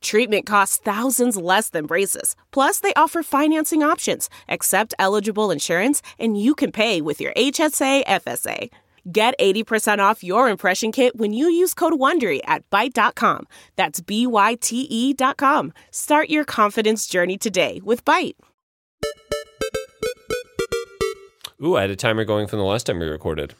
Treatment costs thousands less than braces. Plus, they offer financing options, accept eligible insurance, and you can pay with your HSA FSA. Get 80% off your impression kit when you use code WONDERY at Byte.com. That's B-Y-T-E E dot com. Start your confidence journey today with Byte. Ooh, I had a timer going from the last time we recorded.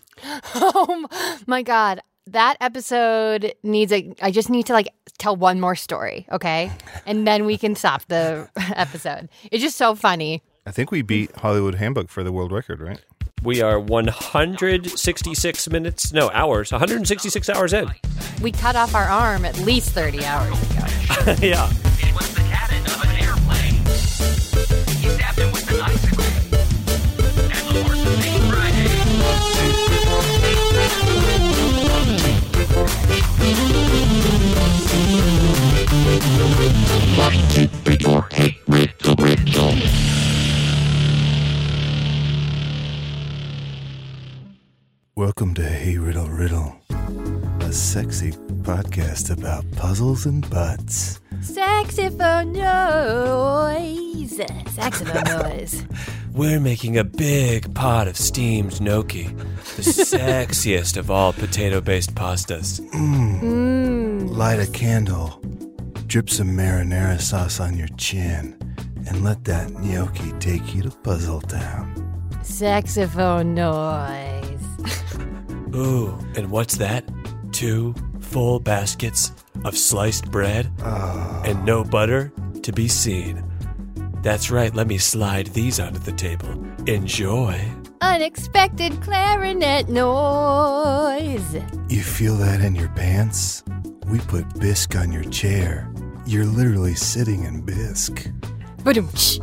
Oh my god, that episode needs a. I just need to like tell one more story, okay, and then we can stop the episode. It's just so funny. I think we beat Hollywood Handbook for the world record, right? We are 166 minutes, no, hours, 166 hours in. We cut off our arm at least thirty hours ago. yeah. It was the cannon of an airplane. He stabbed him with an icicle. And the horses ate Friday. Welcome to Hey Riddle Riddle, a sexy podcast about puzzles and butts. Saxophone noise. Saxophone noise. We're making a big pot of steamed gnocchi, the sexiest of all potato based pastas. Light a candle, drip some marinara sauce on your chin, and let that gnocchi take you to Puzzle Town. Saxophone noise. Ooh, and what's that? Two full baskets of sliced bread and no butter to be seen. That's right, let me slide these onto the table. Enjoy. Unexpected clarinet noise. You feel that in your pants? We put bisque on your chair. You're literally sitting in bisque. Ba-dum-tsh.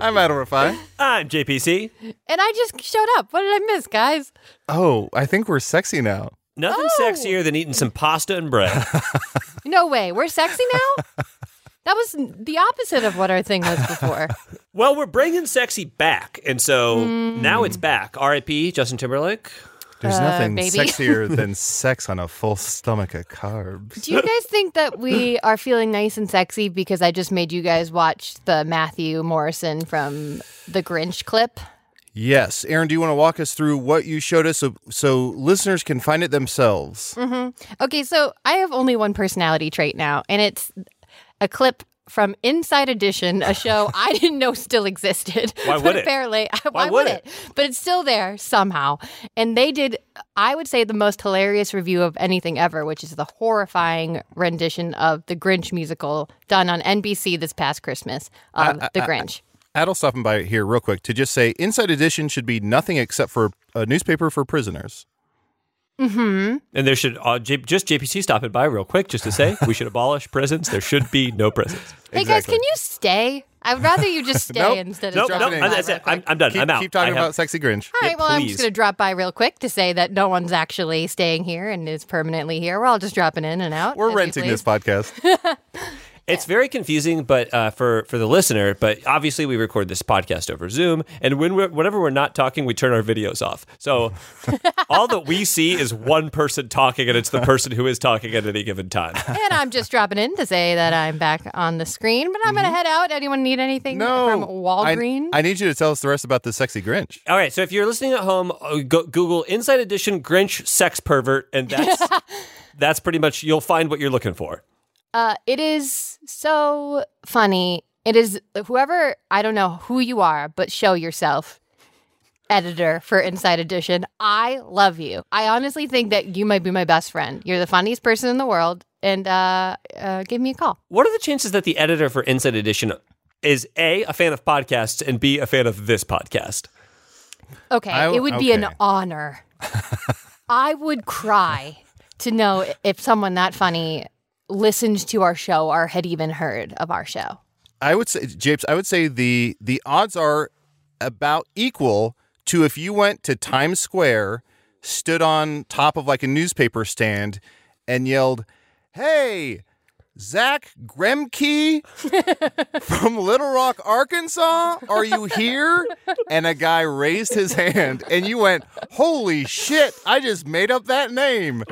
I'm out of refi. I'm JPC. And I just showed up. What did I miss, guys? Oh, I think we're sexy now. Nothing Oh. sexier than eating some pasta and bread. No way. We're sexy now? that was the opposite of what our thing was before. well, we're bringing sexy back, and so Hmm. now it's back. R.I.P. Justin Timberlake. There's Uh, nothing maybe. sexier than sex on a full stomach of carbs. Do you guys think that we are feeling nice and sexy because I just made you guys watch the Matthew Morrison from The Grinch clip? Yes, Aaron, do you want to walk us through what you showed us so, so listeners can find it themselves? Mm. Okay, so I have only one personality trait now, and it's a clip from Inside Edition, a show I didn't know still existed. Why but would it? Apparently, Why why, would would, it? But it's still there somehow. And they did, I would say, the most hilarious review of anything ever, which is the horrifying rendition of the Grinch musical done on NBC this past Christmas of Uh, The Grinch. Ad'll stop stopping by here real quick to just say Inside Edition should be nothing except for a newspaper for prisoners. And there should uh, J- just JPC stop it by real quick just to say we should abolish prisons. There should be no prisons. Hey guys, can you stay? I would rather you just stay Nope. instead Nope, of nope, dropping by I'm- that's real it. quick. I'm, I'm done. Keep, I'm out. keep talking I have- about Sexy Grinch. All right, well, I'm please. just going to drop by real quick to say that no one's actually staying here and is permanently here. We're all just dropping in and out. We're as we renting this please. podcast. It's very confusing, but uh, for for the listener, but obviously we record this podcast over Zoom, and when we're, whenever we're not talking, we turn our videos off. So all that we see is one person talking, and it's the person who is talking at any given time. And I'm just dropping in to say that I'm back on the screen, but I'm going to head out. Anyone need anything Mm-hmm. No. from I- Walgreens? I, need you to tell us the rest about the Sexy Grinch. All right, so if you're listening at home, uh, go, Google Inside Edition Grinch Sex Pervert, and that's that's pretty much you'll find what you're looking for. Uh, it is so funny. It is whoever, I don't know who you are, but show yourself, editor for Inside Edition. I love you. I honestly think that you might be my best friend. You're the funniest person in the world, and uh, uh, give me a call. What are the chances that the editor for Inside Edition is a a fan of podcasts and b a fan of this podcast? Okay, I- it would be an okay. honor. I would cry to know if someone that funny listened to our show or had even heard of our show. I would say, Japes, I would say the the odds are about equal to if you went to Times Square, stood on top of like a newspaper stand, and yelled, "Hey, Zach Gremke from Little Rock, Arkansas, are you here?" And a guy raised his hand, and you went, "Holy shit! I just made up that name."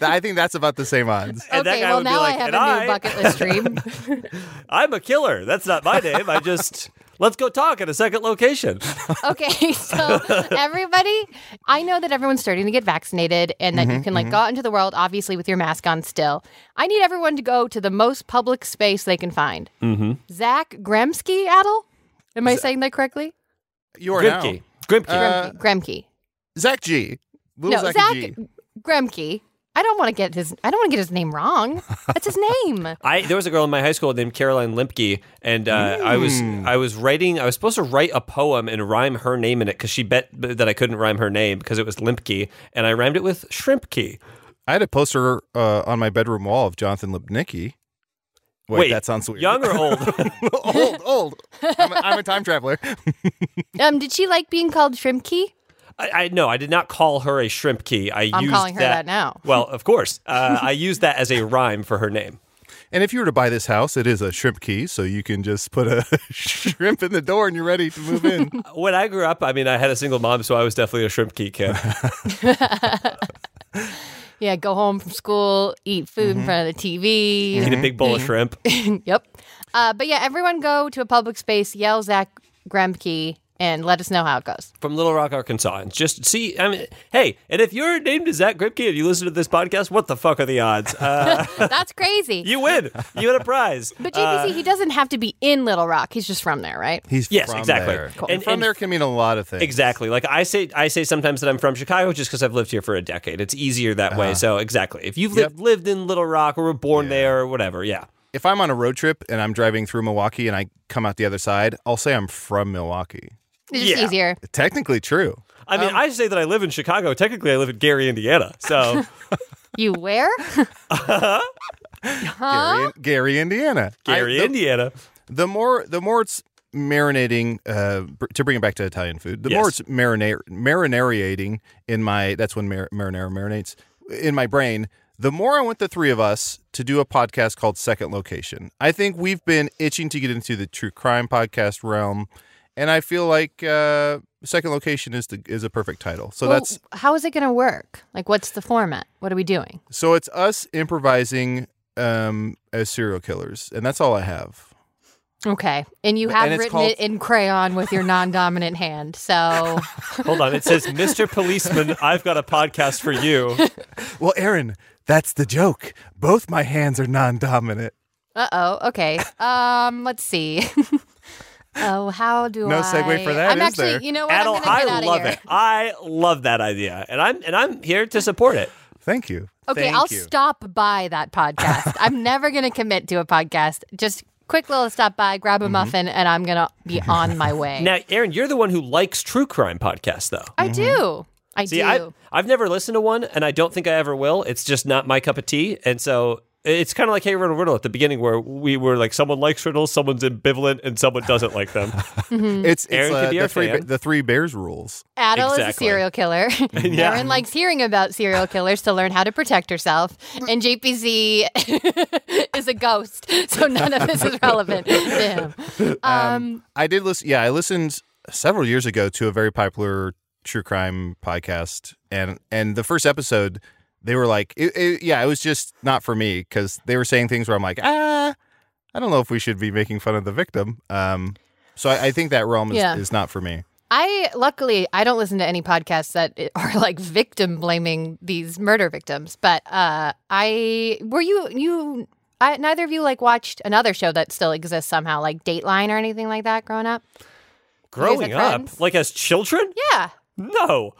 I think that's about the same odds. And that okay, guy well would be now like, I have a "And new I- bucket list dream. I'm a killer. That's not my name. I just let's go talk at a second location. Okay, so everybody, I know that everyone's starting to get vaccinated and that Mm-hmm, you can like go out into the world, obviously with your mask on still. I need everyone to go to the most public space they can find. Mm-hmm. Zach Gremsky, Adel? Am I saying that correctly? You are now. Grimke. Grimke. Gremke. Gremke. Zach G. Little No, Zach, G. Zach Gremke. I don't want to get his. I don't want to get his name wrong. That's his name. I there was a girl in my high school named Caroline Limpke, and uh, I was Mm. I was writing I was supposed to write a poem and rhyme her name in it because she bet that I couldn't rhyme her name because it was Limpke, and I rhymed it with Shrimpke. I had a poster uh, on my bedroom wall of Jonathan Lipnicki. Wait, Wait, that sounds weird. Young or old? old, old. I'm a, I'm a time traveler. Um, did she like being called Shrimkey? I, I no, I did not call her a Shrimpke. I I'm used calling her that now. Well, of course, uh, I used that as a rhyme for her name. And if you were to buy this house, it is a shrimp key, so you can just put a shrimp in the door and you're ready to move in. When I grew up, I mean, I had a single mom, so I was definitely a Shrimpke kid. Yeah, go home from school, eat food in front of the TV. Mm-hmm. Eat a big bowl Mm-hmm. of shrimp. yep. Uh, but yeah, everyone go to a public space, yell Zach Gremke, and let us know how it goes. from Little Rock, Arkansas. And just see, I mean, hey, and if your name is Zach Gripke and you listen to this podcast, what the fuck are the odds? Uh, That's crazy. you win. You win a prize. Uh, but GPC, he doesn't have to be in Little Rock. He's just from there, right? He's Yes, from exactly. there. Cool. And, And- from and- there can mean a lot of things. Exactly. Like I say, I say sometimes that I'm from Chicago just because I've lived here for a decade. It's easier that Uh-huh. way. So exactly. If you've lived, lived in Little Rock or were born there or whatever, yeah. If I'm on a road trip and I'm driving through Milwaukee and I come out the other side, I'll say I'm from Milwaukee. It's just Yeah. easier. Technically true. I mean, I say that I live in Chicago. Technically, I live in Gary, Indiana. So You where? Gary, Gary, Indiana. I- Gary, the- Indiana. the more the more it's marinating uh br- to bring it back to italian food the more Yes. it's marinate marinarating in my that's when mar- marinara marinates in my brain the more i want the three of us to do a podcast called second location i think we've been itching to get into the true crime podcast realm and i feel like uh second location is the is a perfect title so Well, that's how is it going to work? Like, what's the format? What are we doing? so it's us improvising um as serial killers and that's all i have Okay. And you have And it's written called- it in crayon with your non dominant hand. So, Hold on. It says, Mr. Policeman, I've got a podcast for you. Well, Aaron, that's the joke. Both my hands are non dominant. uh oh. Okay. Um, Let's see. Oh, how do No I? segue for that, I'm is actually, there? you know what? Adel, Oh, I'm gonna I get out love of here. it. I love that idea, and I'm and I'm here to support it. thank you Okay, Thank I'll you. stop by that podcast. I'm never going to commit to a podcast. Just quick little stop by, grab Mm-hmm. a muffin, and I'm going to be on my way. Now, Aaron, you're the one who likes true crime podcasts, though. Mm-hmm. I do. I See, do. I, I've never listened to one, and I don't think I ever will. It's just not my cup of tea, and so it's kind of like Hey Riddle Riddle at the beginning, where we were like, someone likes riddles, someone's ambivalent, and someone doesn't like them. It's, it's Aaron Mm. could uh, be the, our three, fan. ba- the three bears rules. Adele is a exactly. serial killer. Erin likes hearing about serial killers to learn how to protect herself. And JPZ is a ghost, so none of this is relevant to him. Um, Um, I did listen. Yeah, I listened several years ago to a very popular true crime podcast, and and the first episode, they were like, it, it- yeah, it was just not for me because they were saying things where I'm like, ah, I don't know if we should be making fun of the victim. Um, so I, I think that realm is, Yeah. is not for me. I luckily I don't listen to any podcasts that are like victim blaming these murder victims. But uh, I were you you I, neither of you like watched another show that still exists somehow like Dateline or anything like that growing up. Growing up, friends? like as children, Yeah, no.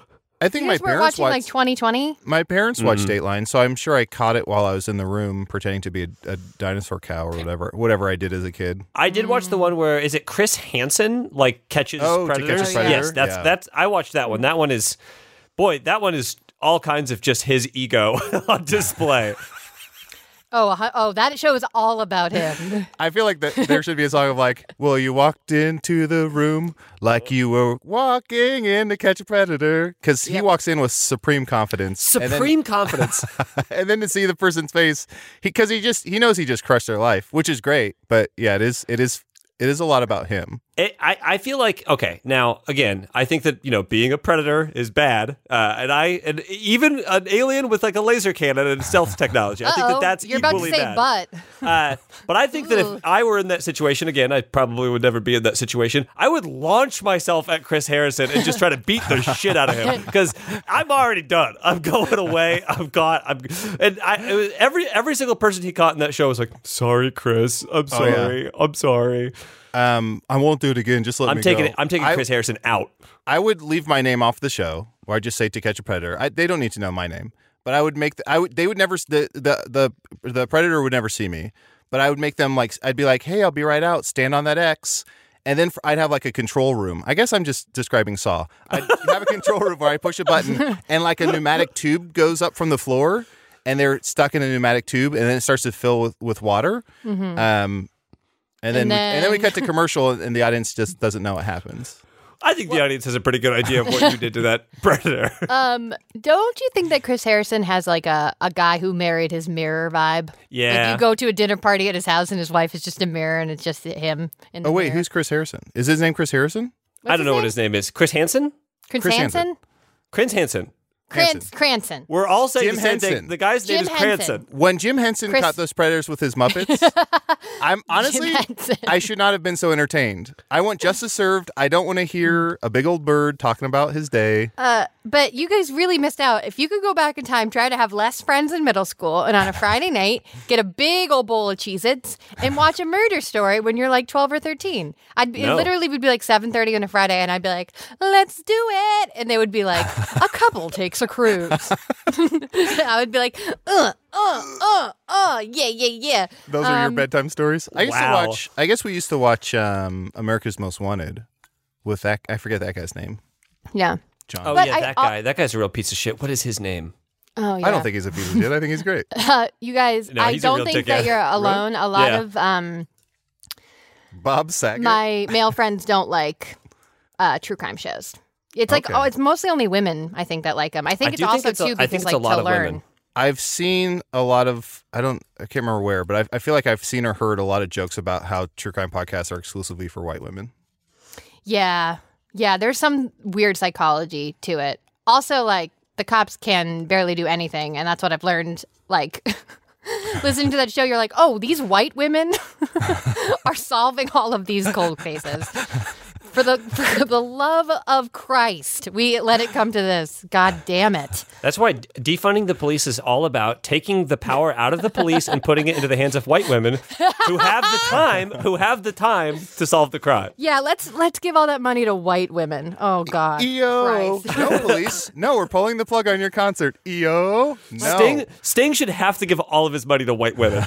I think you my guys were parents watching like watched. 2020. my parents watched Mm-hmm. Dateline, so I'm sure I caught it while I was in the room pretending to be a, a dinosaur cow or whatever, whatever I did as a kid. I did watch the one where is it Chris Hansen like catches Oh, to catch a predators? predator? Yes, that's Yeah. that's I watched that one. That one is boy, that one is all kinds of just his ego on display. Oh, uh, oh, that show is all about him. I feel like that there should be a song of like, "Well, you walked into the room like you were walking in to catch a predator," because he walks in with supreme confidence. Supreme confidence. and then, and then to see the person's face, because he, just he knows he just crushed their life, which is great. But yeah, it is it is it is a lot about him. It, I, I feel like okay now again I think that you know being a predator is bad uh, and I and even an alien with like a laser cannon and stealth technology I think Uh-oh, that that's you're about to equally say bad. but. Uh, but I think that Ooh. if I were in that situation again, I probably would never be in that situation. I would launch myself at Chris Harrison and just try to beat the shit out of him because I'm already done. I'm going away. I'm gone. I'm and I it was, every every single person he caught in that show was like, "Sorry, Chris. I'm Oh, yeah. sorry. I'm sorry. Um, I won't do it again. Just let I'm me taking go. it. I'm taking I- Chris Harrison out." I would leave my name off the show, or I just say to catch a predator. I, they don't need to know my name, but I would make. The, I would. They would never. s- The, the the the predator would never see me, but I would make them like. I'd be like, hey, I'll be right out. Stand on that X. And then f I'd have like a control room. I guess I'm just describing Saw. I'd have a control room where I push a button and like a pneumatic tube goes up from the floor and they're stuck in a pneumatic tube and then it starts to fill with, with water. Um, and, then, And we, and then we then- cut to commercial and the audience just doesn't know what happens. I think the audience has a pretty good idea of what you did to that predator. Um, don't you think that Chris Harrison has like a, a guy who married his mirror vibe? Yeah. Like you go to a dinner party at his house and his wife is just a mirror and it's just him. In the Oh wait, mirror. who's Chris Harrison? Is his name Chris Harrison? I don't know what his name is. Chris Hansen. Chris, Chris Hansen? Chris Hansen. Crans- Cranston. We're all saying Jim the same Henson. thing. The guy's name Jim is Henson. Cranston. When Jim Henson Chris- caught those predators with his Muppets, I'm honestly, Henson. I should not have been so entertained. I want justice served. I don't want to hear a big old bird talking about his day. Uh, but you guys really missed out. If you could go back in time, try to have less friends in middle school and on a Friday night, get a big old bowl of Cheez Its and watch a murder story when you're like 12 or 13. I'd be, No. it literally would be like 7.30 on a Friday and I'd be like, let's do it. And they would be like, a couple takes a cruise. I would be like, uh, uh, uh, uh, yeah, yeah, yeah. Those are your um, bedtime stories. I used wow. to watch. I guess we used to watch um, America's Most Wanted with that. I forget that guy's name. Yeah. John. Oh But yeah, I- that I'll- guy. That guy's a real piece of shit. What is his name? Oh, yeah. I don't think he's a piece of shit. I think he's great. Uh, you guys, No, I he's a don't real think dickhead. that you're alone. A lot Yeah. of... um. Bob Saget. my male friends don't like uh, true crime shows. It's like Okay. oh, it's mostly only women. I think that like them. I think I it's do also think it's a- too I because think it's like a lot to of learn. women. I've seen a lot of I don't I can't remember where, but I, I feel like I've seen or heard a lot of jokes about how true crime podcasts are exclusively for white women. Yeah, yeah. There's some weird psychology to it. Also, like the cops can barely do anything, and that's what I've learned. Like listening to that show, you're like, oh, these white women are solving all of these cold cases. For the for the love of Christ, we let it come to this. God damn it. That's why d- defunding the police is all about taking the power out of the police and putting it into the hands of white women who have the time, who have the time to solve the crime. Yeah, let's let's give all that money to white women. E-, Oh God, EO, Christ. no police, no, we're pulling the plug on your concert. EO, no. Sting, Sting should have to give all of his money to white women.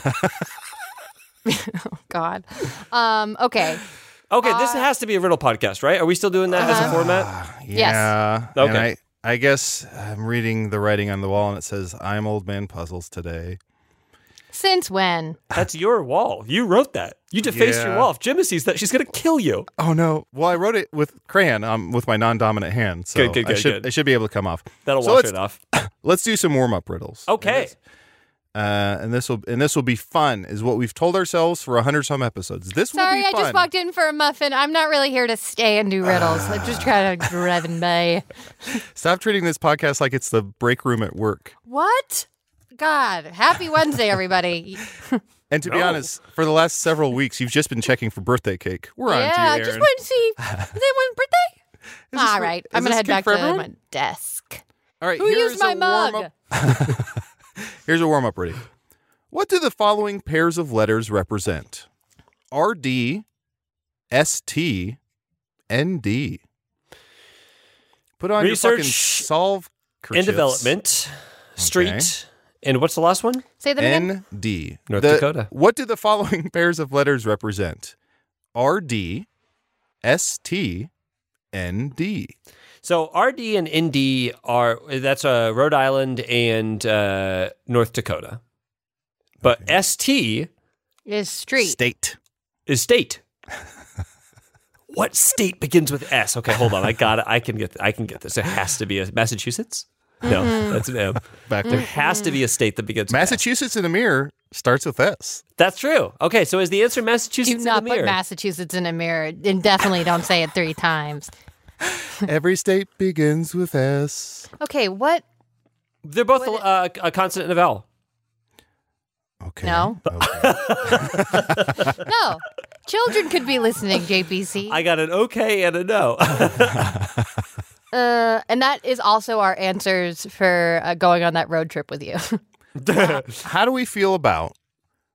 God. Um, okay, Okay, this Uh, has to be a riddle podcast, right? Are we still doing that Ah. as a format? Yeah. and Okay. I, I guess I'm reading the writing on the wall, and it says, "I'm old man puzzles today." since when? That's your wall. You wrote that. You defaced your Yeah. wall. If Jimmy sees that, she's gonna kill you. Oh no! Well, I wrote it with crayon, um, with my non-dominant hand, so Good, good, I good, should good. it should be able to come off. That'll So wash let's- it off. Oh. Let's do some warm-up riddles. Okay. uh, and this will and this will be fun, is what we've told ourselves for a hundred some episodes. This Sorry, will be I fun. just walked in for a muffin. I'm not really here to stay and do riddles. I'm just trying to drive and bay. Stop treating this podcast like it's the break room at work. What? God, happy Wednesday, everybody. And to be No. honest, for the last several weeks, you've just been checking for birthday cake. We're on to you, yeah, Aaron. just want to see. Is it my birthday? Is this All for- right, is I'm gonna this head cake back for to everyone? my desk. All right, Who here used is my a warm-up- mug? Here's a warm up reading. What do the following pairs of letters represent? R D, S T, N D. Put on your fucking Research solve In kerchiefs. development, street, Okay. and what's the last one? Say them again. N D. North The- Dakota. What do the following pairs of letters represent? R D, S T, N D. So RD and ND are that's uh, Rhode Island and uh, North Dakota. But ST Is street. State. is state. what state begins with S? Okay, hold on. I got it. I can get. I can get this. It has to be a Massachusetts. No, Mm-hmm. that's an M. Back There there. has to be a state that begins. with S. Massachusetts in the mirror starts with S. That's true. Okay, so is the answer Do Massachusetts? not in the put mirror? Massachusetts in a mirror, and definitely don't say it three times. Every state begins with S. Okay, what? They're both uh, a consonant and a vowel. Okay. No. Okay. No, children could be listening. JPC. I got an okay and a no. Uh, and that is also our answers for uh, going on that road trip with you. How do we feel about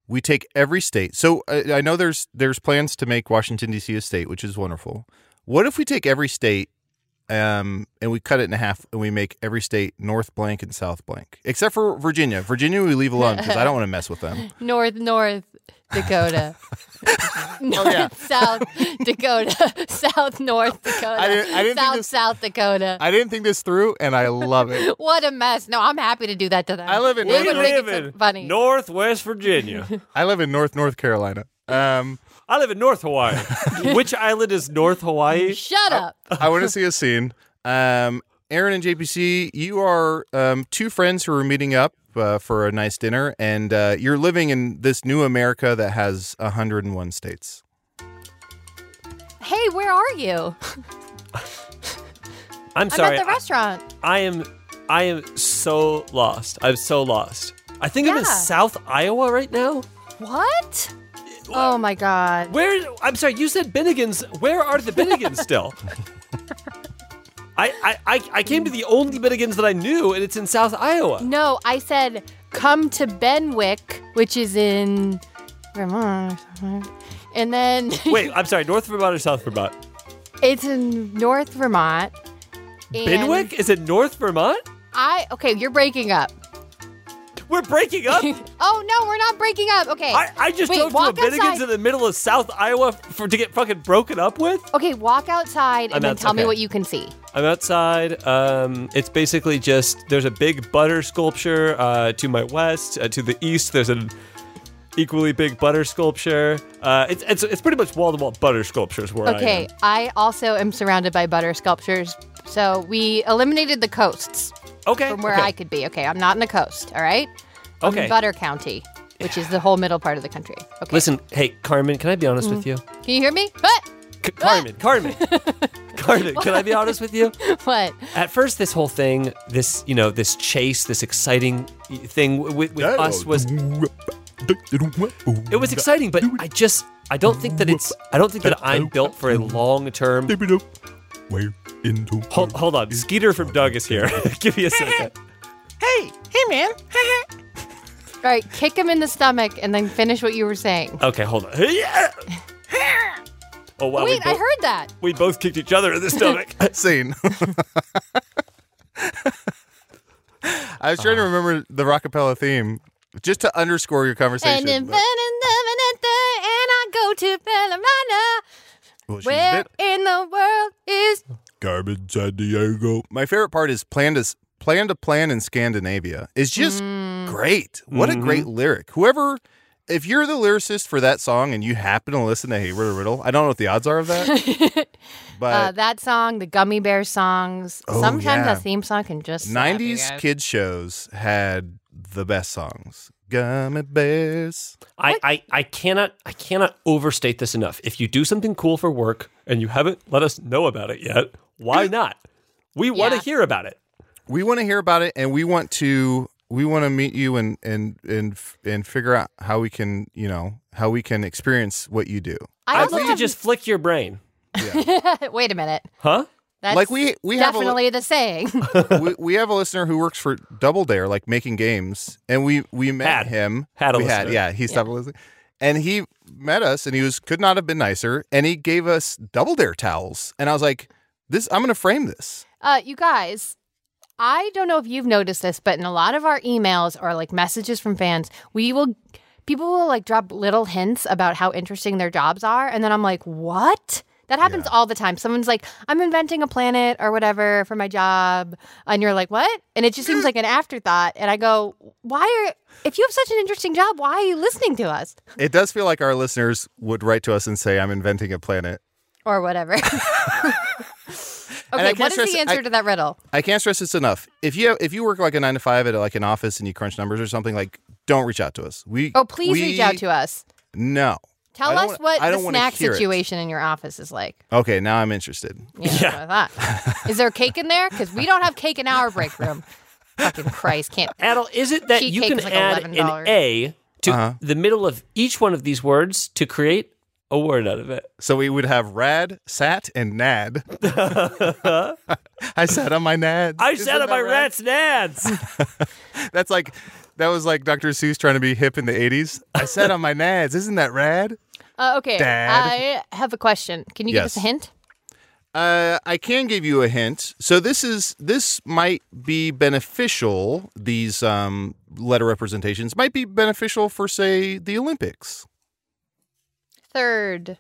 we take every state? So uh, I know there's there's plans to make Washington D.C. a state, which is wonderful. What if we take every state um, and we cut it in half and we make every state north blank and south blank, except for Virginia. Virginia we leave alone because I don't want to mess with them. North, North Dakota. North, Oh, yeah. South Dakota. South, North Dakota. I didn't- I didn't think South, this- South Dakota. I didn't think this through, and I love it. what a mess. No, I'm happy to do that to them. I live in We North- would think it's funny. Northwest Virginia. I live in North North Carolina. Um, I live in North Hawaii. Which island is North Hawaii? Shut up. I want to see a scene. Um, Aaron and JPC, you are um, two friends who are meeting up uh, for a nice dinner, and uh, you're living in this new America that has 101 states. Hey, where are you? I'm I'm sorry. at the restaurant. I am I am so lost. I'm so lost. I think I'm in Yeah. South Iowa right now. What? Oh my god. Where I'm sorry, you said Bennigan's. Where are the Bennigan's still? I, I, I, I came to the only Bennigan's that I knew, and it's in South Iowa. No, I said come to Benwick, which is in Vermont. And then Wait, I'm sorry, North Vermont or South Vermont? it's in North Vermont. And Benwick? Is it North Vermont? I okay, you're breaking up. We're breaking up? Oh no, we're not breaking up. Okay. I, I just Wait, drove to a walk Bennigan's outside. in the middle of South Iowa for to get fucking broken up with. Okay, walk outside and I'm then out- tell me Oh, okay. what you can see. I'm outside. Um, it's basically just there's a big butter sculpture uh, to my west. Uh, to the east, there's an equally big butter sculpture. Uh, it's, it's it's pretty much wall to wall butter sculptures where Okay, I, also am surrounded by butter sculptures. So we eliminated the coasts I am. Okay. from where okay. I could be. Okay, I'm not in the coast, all right? I'm Okay. in Butter County, which is the whole middle part of the country. Okay. Listen, hey Carmen, can I be honest Mm. with you? Can you hear me? What? C- Carmen, Carmen, Carmen, can I be honest with you? What? At first, this whole thing, this you know, this chase, this exciting thing with, with us was it was exciting, but I just I don't think that it's I don't think that I'm built for a long term. Where into Hold, hold on, Skeeter from Doug is here. Give me a second. All right, kick him in the stomach and then finish what you were saying. Okay, hold on. Oh wow, we, Wait, I both- heard that. we both kicked each other in the stomach. Scene. I was trying to remember the Rockapella theme just to underscore your conversation. And then but- fun and loving it there, and I go to Palomino. Well, she's Where bit- in the world is Carmen San Diego. My favorite part is plan to plan to plan in Scandinavia is just Mm. great. What a great lyric. Whoever, if you're the lyricist for that song and you happen to listen to Hayward or Riddle, I don't know what the odds are of that, uh, but that song? The Gummy Bear songs. Oh, Sometimes yeah. a theme song can just slap you '90s guys. kids shows had the best songs. Gummy bears. I, I, I cannot I cannot overstate this enough. If you do something cool for work and you haven't let us know about it yet, why not? We want to Yeah. hear about it. We want to hear about it, and we want to we want to meet you and and and f- and figure out how we can you know how we can experience what you do. I I'd also love to have- just flick your brain. wait a minute. Huh? That's Like we we have a, definitely the saying. we, we have a listener who works for Double Dare, like making games, and we we Had. met him. Had a we listener. yeah, he stopped listening, and he met us, and he was could not have been nicer, and he gave us Double Dare towels, and I was like, this, I'm gonna frame this. Uh, you guys, I don't know if you've noticed this, but in a lot of our emails or like messages from fans, we will people will like drop little hints about how interesting their jobs are, and then I'm like, what? That happens all the time. Someone's like, I'm inventing a planet or whatever for my job. And you're like, what? And it just seems like an afterthought. And I go, why are, if you have such an interesting job, why are you listening to us? It does feel like our listeners would write to us and say, I'm inventing a planet. Or whatever. I okay, can't what stress is the it- answer I- to that riddle? I can't stress this enough. If you if you work like a nine to five at like an office and you crunch numbers or something, like don't reach out to us. We Oh, please reach out to us. No. I Tell don't us wanna- what I the don't wanna snack hear it. situation in your office is like. Okay, now I'm interested. Yeah, that's what I thought. Is there cake in there? Because we don't have cake in our break room. Fucking Christ, can't. Adel, is it that you Cheesecake can is like add $11. an A to the middle of each one of these words to create a word out of it? So we would have rad, sat, and nad. I sat on my nad. I Isn't sat on that my rad? rat's nads. That's like that was like Dr. Seuss trying to be hip in the 80s. I sat on my nads. Isn't that rad? Uh, okay, Dad. I have a question. Can you give us a Yes. hint? Uh, I can give you a hint. So this is this might be beneficial. These um, letter representations might be beneficial for say the Olympics. Third,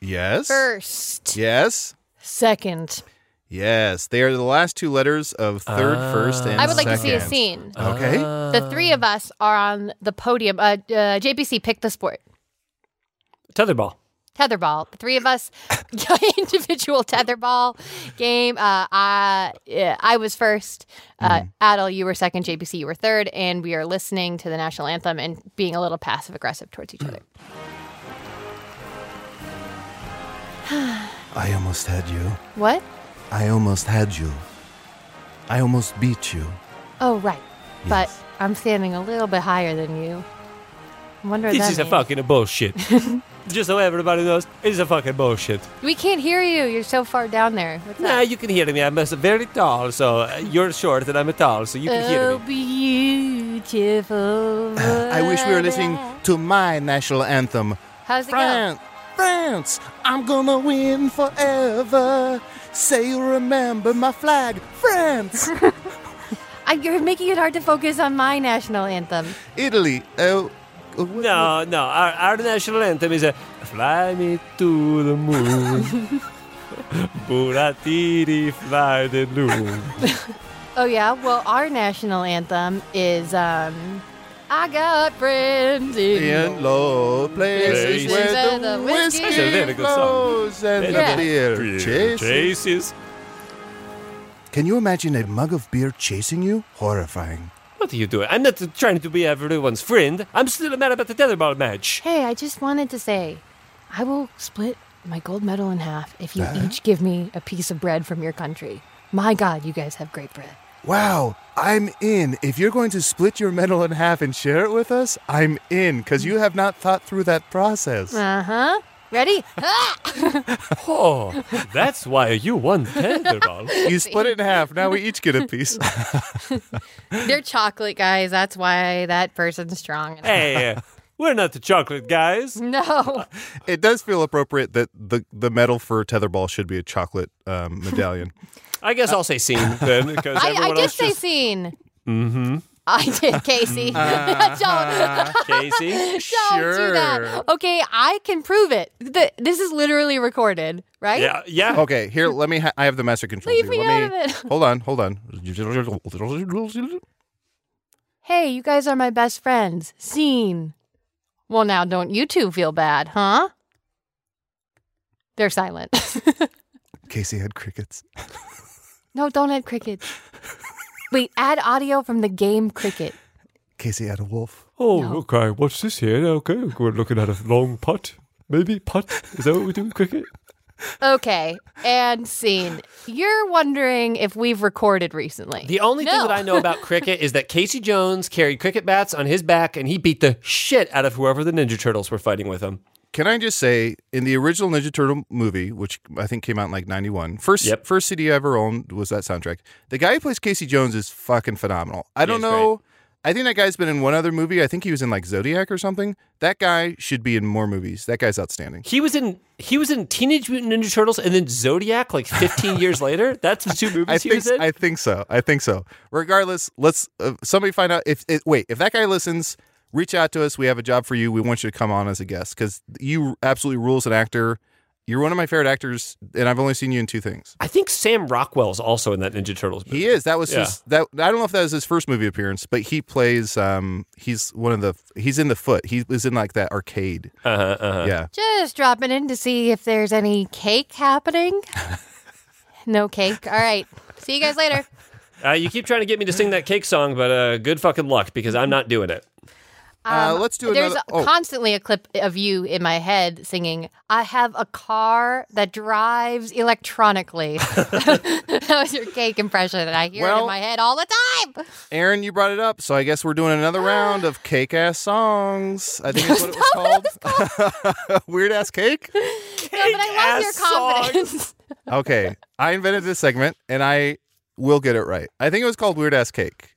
Yes. first, Yes. second. Yes. They are the last two letters of third, first, and I would like to see a second. scene. Okay. Uh. the three of us are on the podium. Uh, uh, JPC, pick the sport. Tetherball. Tetherball. The three of us, individual tetherball game. Uh, I, yeah, I was first. Uh, Mm-hmm. Adel, you were second. JPC, you were third. And we are listening to the national anthem and being a little passive aggressive towards each other. I almost had you. What? I almost had you. I almost beat you. Oh, right. But I'm standing a little bit higher than you. I wonder what This that is a means. fucking bullshit. Just so everybody knows, it's a fucking bullshit. We can't hear you. You're so far down there. What's Nah, up? you can hear me. I'm uh, very tall, so uh, you're short and I'm tall, so you can hear Oh, me. beautiful. I wish we were listening to my national anthem. How's it France, France, I'm gonna win forever. Say you remember my flag, France. go? I, you're making it hard to focus on my national anthem. Italy. Oh, oh, what- No, no. Our, our national anthem is a "Fly me to the moon, Buratiri fly the moon." Oh yeah, well our national anthem is um I got friends in In low places Places where and the the whiskey whiskey That's a very good song. flows and Yeah. the beer Beer chases. chases. Can you imagine a mug of beer chasing you? Horrifying. What are you doing? I'm not trying to be everyone's friend. I'm still mad about the tetherball match. Hey, I just wanted to say I will split my gold medal in half if you Uh-huh. each give me a piece of bread from your country. My god, you guys have great bread. Wow, I'm in. If you're going to split your medal in half and share it with us, I'm in because you have not thought through that process. Uh-huh. Ready? Ah! Oh, that's why you won tetherball. You split it in half. Now we each get a piece. They're chocolate guys. That's why that person's strong. hey, we're not the chocolate guys. No. It does feel appropriate that the, the medal for tetherball should be a chocolate um, medallion. I guess I'll say scene then, because I, I everyone did else say just scene. Mm-hmm. I did, Casey. Ah. Don't- Casey. Don't do that. Okay, I can prove it. The, this is literally recorded, right? Yeah, yeah. Okay, here, let me. Ha- I have the master control. Leave too. me let out of me. it. Hold on, hold on. Hey, you guys are my best friends. Scene. Well, now don't you two feel bad, huh? They're silent. Casey had crickets. no, don't add crickets. Wait, add audio from the game cricket. Casey had a wolf. Oh, No. okay. What's this here? Okay, we're looking at a long putt. Maybe putt. Is that what we do in cricket? Okay, and scene. You're wondering if we've recorded recently. The only thing No. that I know about cricket is that Casey Jones carried cricket bats on his back and he beat the shit out of whoever the Ninja Turtles were fighting with him. Can I just say, in the original Ninja Turtle movie, which I think came out in like 91, first, Yep. first CD I ever owned was that soundtrack. The guy who plays Casey Jones is fucking phenomenal. I he's don't know. I think that guy's been in one other movie. I think he was in like Zodiac or something. That guy should be in more movies. That guy's outstanding. He was in he was in Teenage Mutant Ninja Turtles and then Zodiac like 15 years later. That's the two movies I he think was in. I think so. I think so. Regardless, let's uh, somebody find out if it, wait if that guy listens. Reach out to us. We have a job for you. We want you to come on as a guest because you absolutely rules an actor. You're one of my favorite actors, and I've only seen you in two things. I think Sam Rockwell's also in that Ninja Turtles movie. He is. That was Yeah. his. That I don't know if that was his first movie appearance, but he plays. Um, he's one of the. He's in the foot. He was in like that arcade. Uh-huh, uh-huh. Yeah. Just dropping in to see if there's any cake happening. no cake. All right. See you guys later. Uh, you keep trying to get me to sing that cake song, but uh, good fucking luck because I'm not doing it. Uh, let's do Um, There's another. oh, constantly a clip of you in my head singing, I have a car that drives electronically. that was your cake impression, and I hear it Well- in my head all the time. Aaron, you brought it up, so I guess we're doing another Ah. round of cake ass songs. I think that's what it was called. Weird ass cake. No, but I love your Cake-ass songs. confidence. Okay, I invented this segment, and I will get it right. I think it was called Weird Ass Cake.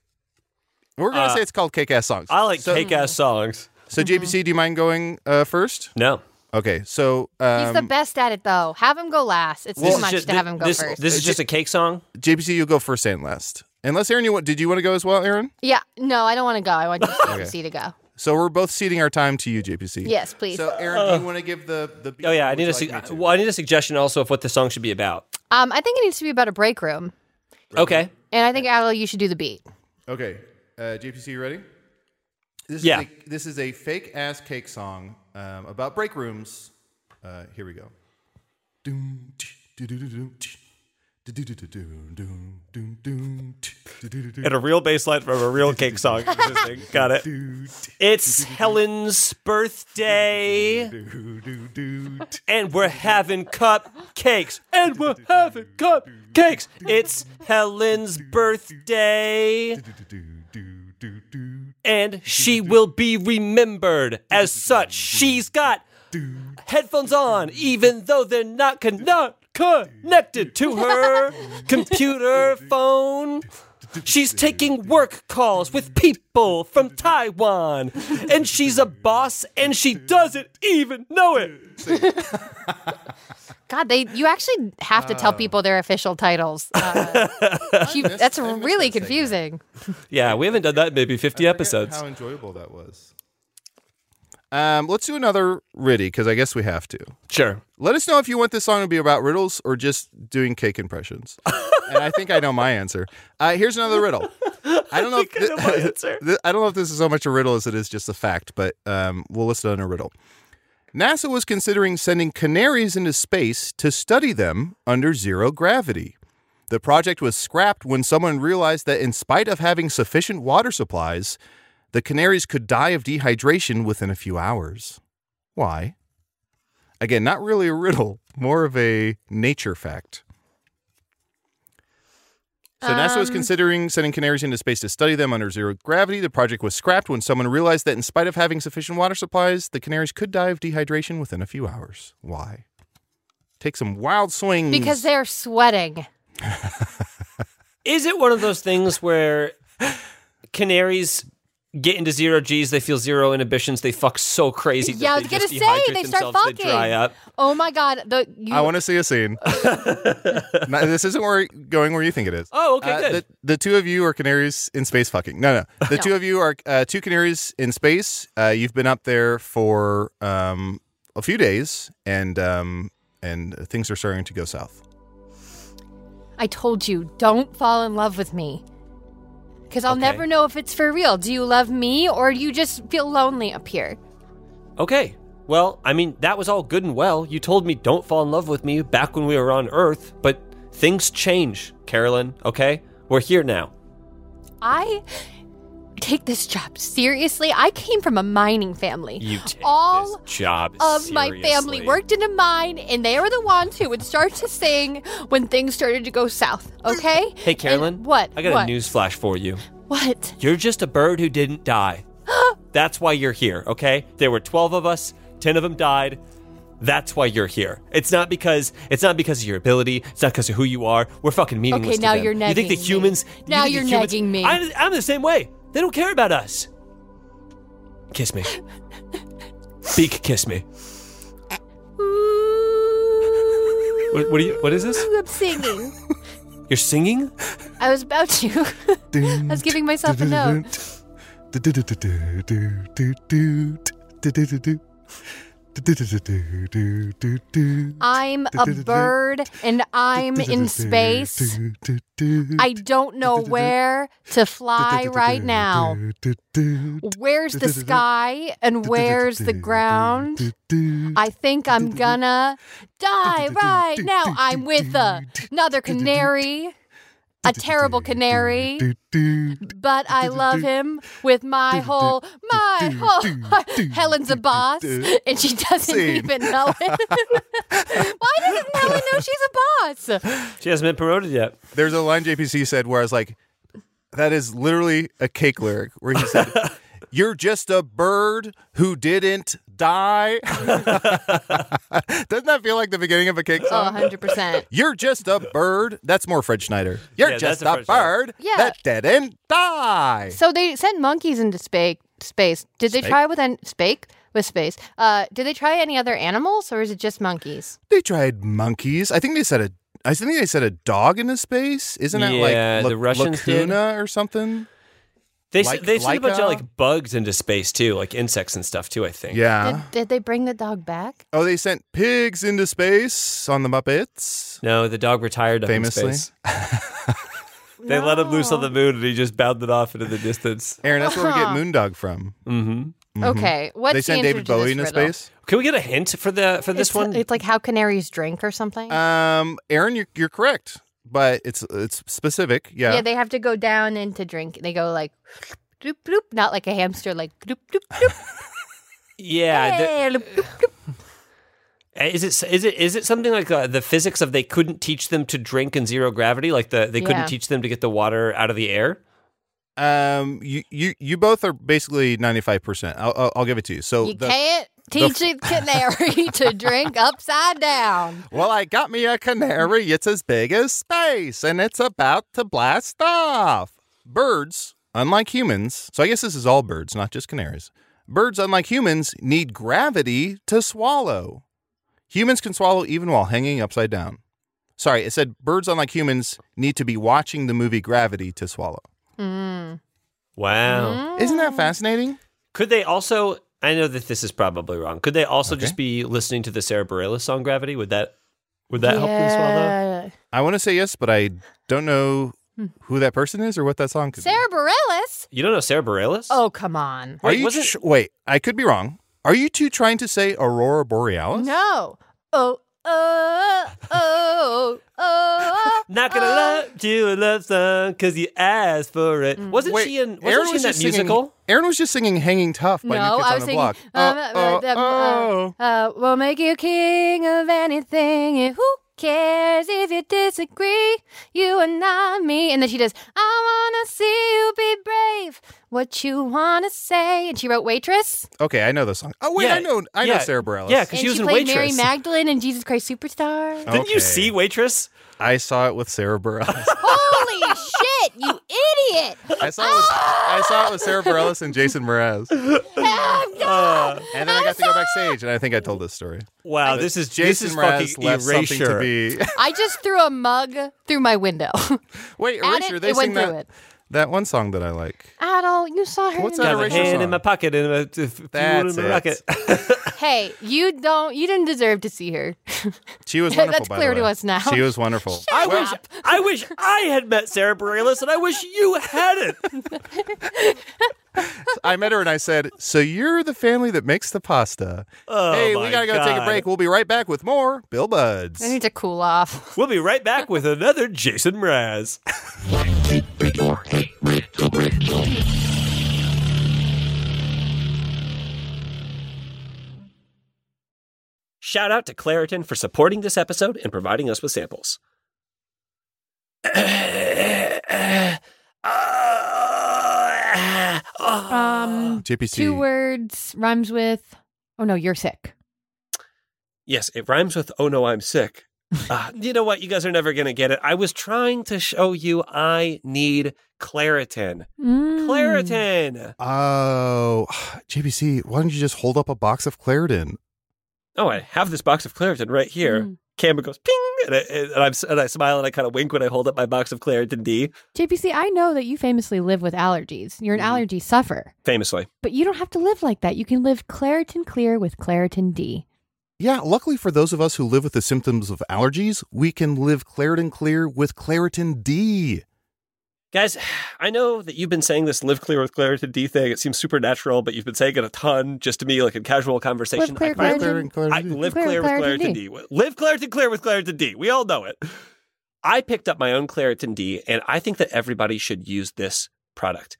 We're gonna Uh, say it's called Cake Ass Songs. I like so, cake ass songs. So JPC, do you mind going uh, first? No. Okay, so um, He's the best at it, though. Have him go last. It's This too is much just- to have him go this, first. This is just a cake song? JPC, you go first and last. Unless Aaron, you want? Did you want to go as well, Aaron? yeah, no, I don't want to go. I want Okay. JPC to go. So we're both ceding our time to you, JPC. Yes, please. So Aaron, do you want to give the the? Oh yeah, I would need you a like su- me to? well, I need a suggestion also of what the song should be about. um, I think it needs to be about a break room. Okay. And I think, Adel, you should do the beat. Okay, uh, JPC, you ready? This Yeah. Is a, this is a fake ass cake song um, about break rooms. Uh, here we go. Doom, tch, do-do-do-doom, tch, do-do-do-do-doom, doom, doom, doom, tch, do-do-do-do, And a real bass line from a real cake song. Got it. do, tch, It's Helen's birthday, do-do-do, tch. and we're having cupcakes. And we're having cupcakes. It's Helen's birthday, and she will be remembered as such. She's got headphones on, even though they're not con- not connected to her computer phone. She's taking work calls with people from Taiwan, and she's a boss, and she doesn't even know it. God, they you actually have to Oh. tell people their official titles. Uh, you- that's really confusing. Yeah, we haven't done that in maybe 50 How enjoyable that was. Um, let's do another Riddy because I guess we have to. Sure. Let us know if you want this song to be about riddles or just doing cake impressions. and I think I know my answer. Uh, here's another riddle. I don't know. if think I know my answer. thi- I don't know if this is so much a riddle as it is just a fact, but um, we'll list it on a riddle. NASA was considering sending canaries into space to study them under zero gravity. The project was scrapped when someone realized that, in spite of having sufficient water supplies, the canaries could die of dehydration within a few hours. Why? Again, not really a riddle, more of a nature fact. So NASA was considering sending canaries into space to study them under zero gravity. The project was scrapped when someone realized that in spite of having sufficient water supplies, the canaries could die of dehydration within a few hours. Why? Take some wild swings. Because they're sweating. Is it one of those things where canaries get into zero G's, they feel zero inhibitions, they fuck so crazy that Yeah, I they was gonna just say dehydrate they start themselves, fucking. they dry up? Oh my god, the you, I want to see a scene. No, this isn't where going where you think it is. Oh, okay, Uh, good. The, the two of you are canaries in space fucking. No, no. The two of you are uh, two canaries in space. Uh, you've been up there for um, a few days, and um, and things are starting to go south. I told you, don't fall in love with me. Because I'll Okay. never know if it's for real. Do you love me or do you just feel lonely up here? Okay. Well, I mean, that was all good and well. You told me don't fall in love with me back when we were on Earth, but things change, Carolyn, okay? We're here now. I take this job seriously. I came from a mining family. You take All this job of my family seriously. worked in a mine, and they were the ones who would start to sing when things started to go south. Okay? Hey, Carolyn. And what? I got what? a news flash for you. What? You're just a bird who didn't die. That's why you're here, okay? There were 12 of us, 10 of them died. That's why you're here. It's not because it's not because of your ability. It's not because of who you are. We're fucking meaningless. Okay, to now them. you're You think the negging me. humans? you Now think the you're humans- negging me. I'm, I'm the same way. They don't care about us. Kiss me. Beak, kiss me. What, what are you? What is this? I'm singing. You're singing? I was about to. I was giving myself a note. Do-do-do-do-do, do-do-do-do-do, do-do-do-do, I'm a bird and I'm in space. I don't know where to fly right now. Where's the sky and where's the ground? I think I'm gonna die right now. I'm with a- another canary, a terrible canary, but I love him with my whole, my whole. Helen's a boss, and she doesn't Scene. even know it. Why doesn't Helen know she's a boss? She hasn't been promoted yet. There's a line JPC said where I was like, that is literally a cake lyric where he said, You're just a bird who didn't die. Doesn't that feel like the beginning of a cake Oh, song? 100%. You're just a bird. That's more Fred Schneider. You're Yeah, that's just a a, Fred Schneider. bird Yeah. that didn't die. So they sent monkeys into space. Space. Did they Spake? try with an spake with space? Uh, did they try any other animals, or is it just monkeys? They tried monkeys. I think they said a. I think they said a dog into space. Isn't it Yeah, like the Russians did. Lacuna or something? They Like- s they sent a bunch Laika? of like bugs into space too, like insects and stuff too. I think. Yeah. Did, did they bring the dog back? oh, they sent pigs into space on the Muppets. No, the dog retired up Famously. in space. They let him loose on the moon, and he just bounded off into the distance. Aaron, that's where we Uh-huh. get Moondog from. Okay, what's Mm-hmm. they the sent answer David to this Bowie into riddle? space. Can we get a hint for the for this it's, one? It's like how canaries drink or something. Um, Aaron, you're, you're correct, but it's it's specific. Yeah. Yeah, they have to go down and to drink. They go like. Doop, doop, not like a hamster, like doop, doop, doop, yeah. the- uh, eh, doop, doop, doop. Is it is it is it something like uh, the physics of they couldn't teach them to drink in zero gravity, like the they Yeah. couldn't teach them to get the water out of the air? um, you you you both are basically ninety five percent. I'll I'll- I'll give it to you. So You Oh, the- can't teach a canary to drink upside down. Well, I got me a canary. It's as big as space and it's about to blast off. Birds, unlike humans, so I guess this is all birds, not just canaries. Birds, unlike humans, need gravity to swallow. Humans can swallow even while hanging upside down. Sorry, it said birds, unlike humans, need to be watching the movie Gravity to swallow. Wow. Mm-hmm. Isn't that fascinating? Could they also? I know that this is probably wrong. Could they also just be listening to the Sarah Bareilles song "Gravity"? Would that would that help them swallow? Yeah. I want to say yes, but I don't know who that person is or what that song could be. Sarah Bareilles? You don't know Sarah Bareilles? Oh, come on. Are Wait, you wasn't- tr- wait? I could be wrong. Are you two trying to say Aurora Borealis? No. Oh, oh, oh, oh. Not gonna oh. love you a love song because you asked for it. Wasn't Wait, she in? Wasn't Aaron she in was that just singing- musical? Aaron was just singing "Hanging Tough" by No, New Kids I on was the thinking, Block. um, uh, um, oh, uh, uh, we'll make you king of anything. and Who cares if you disagree? You and not me. And then she does, I want to see you be brave. What you want to say. And she wrote Waitress. oh. Okay, I know the song. Oh wait, I know, I know Sarah Bareilles. Yeah, because And she was in played Waitress. Mary Magdalene in Jesus Christ Superstar. Didn't Okay. you see Waitress? I saw it with Sarah Bareilles. Holy shit, you idiot! I saw it. With, I saw it with Sarah Bareilles and Jason Mraz. And Oh, no! then I got to go backstage, and I think I told this story. Wow, Uh, this is this Jason is Mraz fucking left erasure. something to be. I just threw a mug through my window. wait, At erasure. it, they it went sing through that it. that one song that I like. Adol, you saw her. What's in the that Got mirror. a Erasure hand in song. my pocket and a, a fuel That's in my it. rocket. Hey, you don't. You didn't deserve to see her. She was That's wonderful. by the clear to way. us now. She was wonderful. I wish I wish I had met Sarah Bareilles, and I wish you hadn't. I met her and I said, "So you're the family that makes the pasta." Oh hey, we my gotta go take a God. break. We'll be right back with more Bill I Buds. need to cool off. We'll be right back with another Jason Mraz. Shout out to Claritin for supporting this episode and providing us with samples. Um, JPC. two words rhymes with. Oh no, you're sick. Yes, it rhymes with "Oh no, I'm sick." Uh, you know what? You guys are never gonna get it. I was trying to show you I need Claritin. Mm. Claritin. Oh, JPC, why don't you just hold up a box of Claritin? Oh, I have this box of Claritin right here. Mm. camera goes ping, and I, and, I'm, and I smile and I kind of wink when I hold up my box of Claritin D, JPC, I know that you famously live with allergies. Mm-hmm. You're an allergy sufferer, famously. but you don't have to live like that. You can live Claritin Clear with Claritin D. Yeah, luckily for those of us who live with the symptoms of allergies, we can live Claritin Clear with Claritin D. Guys, I know that you've been saying this live clear with Claritin D thing. It seems supernatural, but you've been saying it a ton just to me, like in casual conversation. clear, I find- Claritin- I live Clear clear, with with Claritin Claritin D. D. Live Claritin clear with Claritin D. We all know it. I picked up my own Claritin D, and I think that everybody should use this product.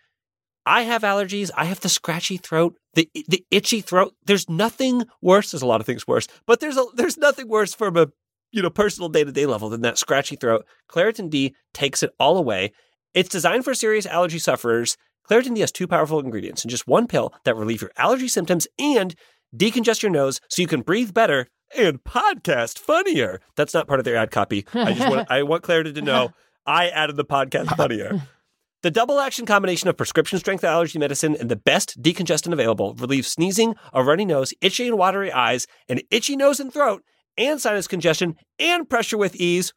I have allergies. I have the scratchy throat, the the itchy throat. There's nothing worse. There's a lot of things worse, but there's a there's nothing worse from a you know personal day to day level than that scratchy throat. Claritin D takes it all away. It's designed for serious allergy sufferers. Claritin D has two powerful ingredients in just one pill that relieve your allergy symptoms and decongest your nose so you can breathe better and podcast funnier. That's not part of their ad copy. I just want I want Claritin to know I added the podcast funnier. The double action combination of prescription strength allergy medicine and the best decongestant available relieves sneezing, a runny nose, itchy and watery eyes, an itchy nose and throat, and sinus congestion and pressure with ease.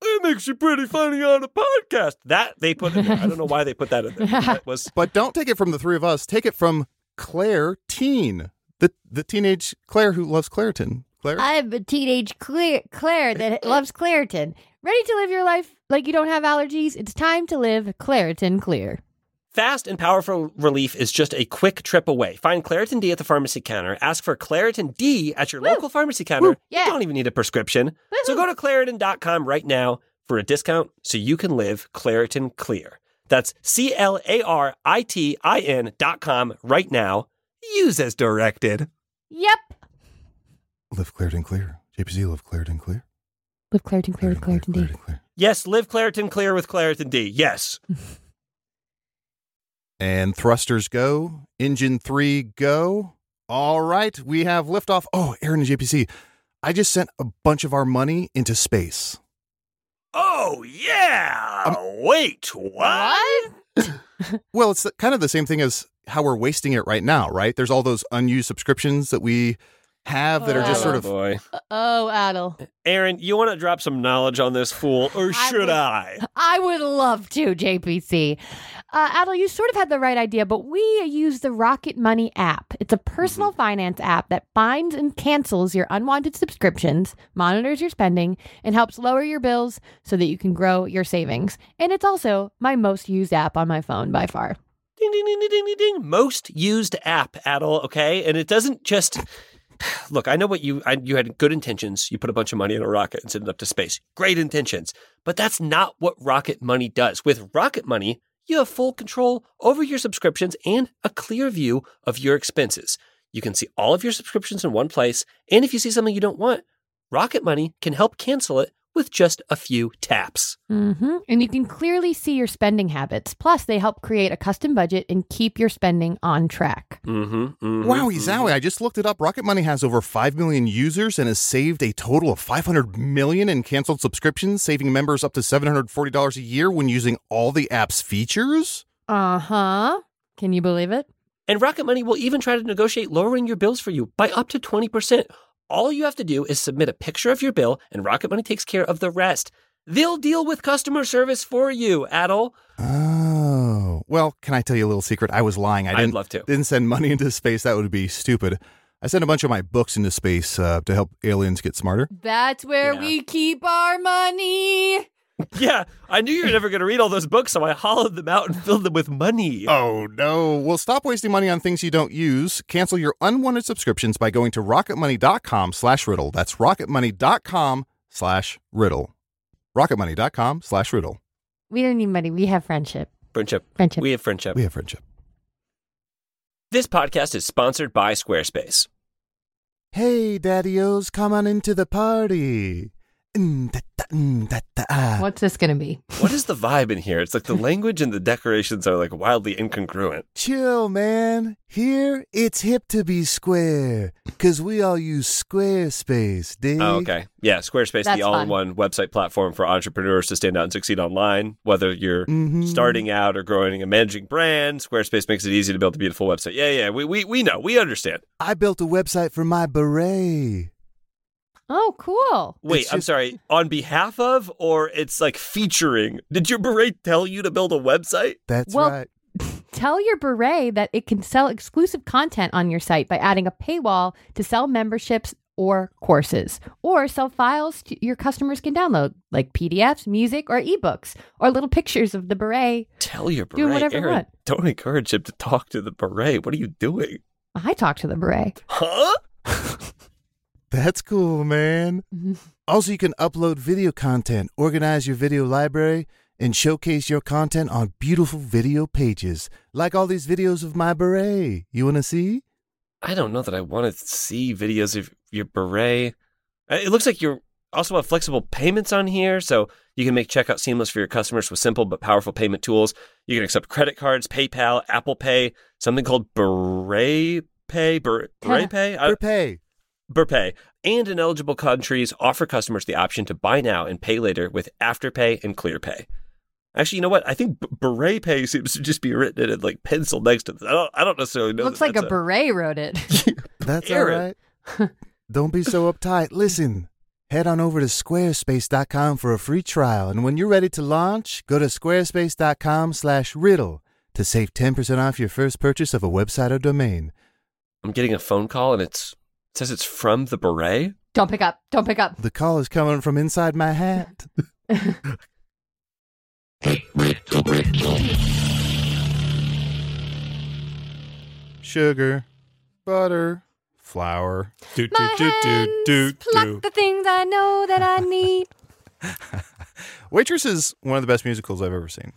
It makes you pretty funny on a podcast. That they put in there. I don't know why they put that in there. That was But don't take it from the three of us. Take it from Claire Teen, the, the teenage Claire who loves Claritin. Claire? I'm a teenage Claire, Claire that loves Claritin. Ready to live your life like you don't have allergies? It's time to live Claritin Clear. Fast and powerful relief is just a quick trip away. Find Claritin D at the pharmacy counter. Ask for Claritin D at your local pharmacy counter. Yeah. You don't even need a prescription. So go to Claritin.com right now for a discount so you can live Claritin clear. That's C L A R I T I N.com right now. Use as directed. Yep. Live Claritin Clear. JPC, live Claritin Clear. Live Claritin Clear with Claritin D. Clear. Yes, live Claritin clear with Claritin D. Yes. And thrusters go. Engine three go. All right, we have liftoff. Oh, Aaron and JPC, I just sent a bunch of our money into space. Oh, yeah. Um, Wait, what? Well, it's kind of the same thing as how we're wasting it right now, right? There's all those unused subscriptions that we have that are just Oh, sort of boy. Oh, Adel. Aaron, you want to drop some knowledge on this fool, or should would- I? I would love to, JPC. Uh, Adel, you sort of had the right idea, but we use the Rocket Money app. It's a personal finance app that finds and cancels your unwanted subscriptions, monitors your spending, and helps lower your bills so that you can grow your savings. And it's also my most used app on my phone by far. ding ding ding ding ding ding ding most used app at all okay and it doesn't just look i know what you I, you had good intentions you put a bunch of money in a rocket and sent it up to space great intentions but that's not what rocket money does with rocket money you have full control over your subscriptions and a clear view of your expenses you can see all of your subscriptions in one place and if you see something you don't want rocket money can help cancel it with just a few taps hmm And you can clearly see your spending habits. Plus, they help create a custom budget and keep your spending on track. mm-hmm, Wowie zowie. I just looked it up. Rocket Money has over 5 million users and has saved a total of 500 million in canceled subscriptions, saving members up to $740 a year when using all the app's features. Uh huh. Can you believe it? And Rocket Money will even try to negotiate lowering your bills for you by up to 20%. All you have to do is submit a picture of your bill, and Rocket Money takes care of the rest. They'll deal with customer service for you, Adel. Oh. Well, can I tell you a little secret? I was lying. I I'd didn't love to. Didn't send money into space. That would be stupid. I sent a bunch of my books into space uh, to help aliens get smarter. That's where Yeah. we keep our money. Yeah, I knew you were never going to read all those books, so I hollowed them out and filled them with money. Oh no. Well, stop wasting money on things you don't use. Cancel your unwanted subscriptions by going to rocketmoney.com slash riddle. That's rocketmoney.com slash riddle. Rocketmoney.com slash riddle. We don't need money. We have friendship. Friendship. Friendship. We have friendship. We have friendship. This podcast is sponsored by Squarespace. Hey, Daddy O's, come on into the party. ah. What? What's this going to be? What is the vibe in here? It's like the language and the decorations are like wildly incongruent. Chill, man. Here, it's hip to be square, 'cause we all use Squarespace, dig? Oh, Mm-hmm. okay. Yeah, Squarespace, That's the fun. all-in-one website platform for entrepreneurs to stand out and succeed online. Whether you're starting out or growing and managing brand, Squarespace makes it easy to build a beautiful website. Yeah, yeah, we we, we know, we understand. I built a website for my beret. Oh, cool. Wait, It's I'm just- sorry. On behalf of, or it's like featuring. Did your beret tell you to build a website? That's Well- right. Tell your beret that it can sell exclusive content on your site by adding a paywall to sell memberships or courses, or sell files to your customers can download, like PDFs, music, or ebooks, or little pictures of the beret. Tell your beret, Doing whatever you Aaron. want. Don't encourage him to talk to the beret. What are you doing? I talked to the beret. Huh? That's cool, man. Also, you can upload video content, organize your video library, and showcase your content on beautiful video pages, like all these videos of my beret. You want to see? I don't know that I want to see videos of your beret. Uh, It looks like you're also have flexible payments on here, so you can make checkout seamless for your customers with simple but powerful payment tools. You can accept credit cards, PayPal, Apple Pay, something called Beret Pay, Ber- Beret Pay, I- Prepay. Burpay, and in eligible countries offer customers the option to buy now and pay later with Afterpay and ClearPay. Actually, you know what? I think B- Beret Pay seems to just be written in like pencil next to. I don't. I don't necessarily know. Looks that like a that's beret wrote it. That's all Aaron. right. Don't be so uptight. Listen, head on over to squarespace.com for a free trial, and when you're ready to launch, go to squarespace.com/riddle to save 10% off your first purchase of a website or domain. I'm getting a phone call and it's it says it's from the beret. Don't pick up. Don't pick up. The call is coming from inside my hat. Sugar, butter, flour. Do, do, My do, do, do, hands pluck the things I know that I need. Waitress is one of the best musicals I've ever seen.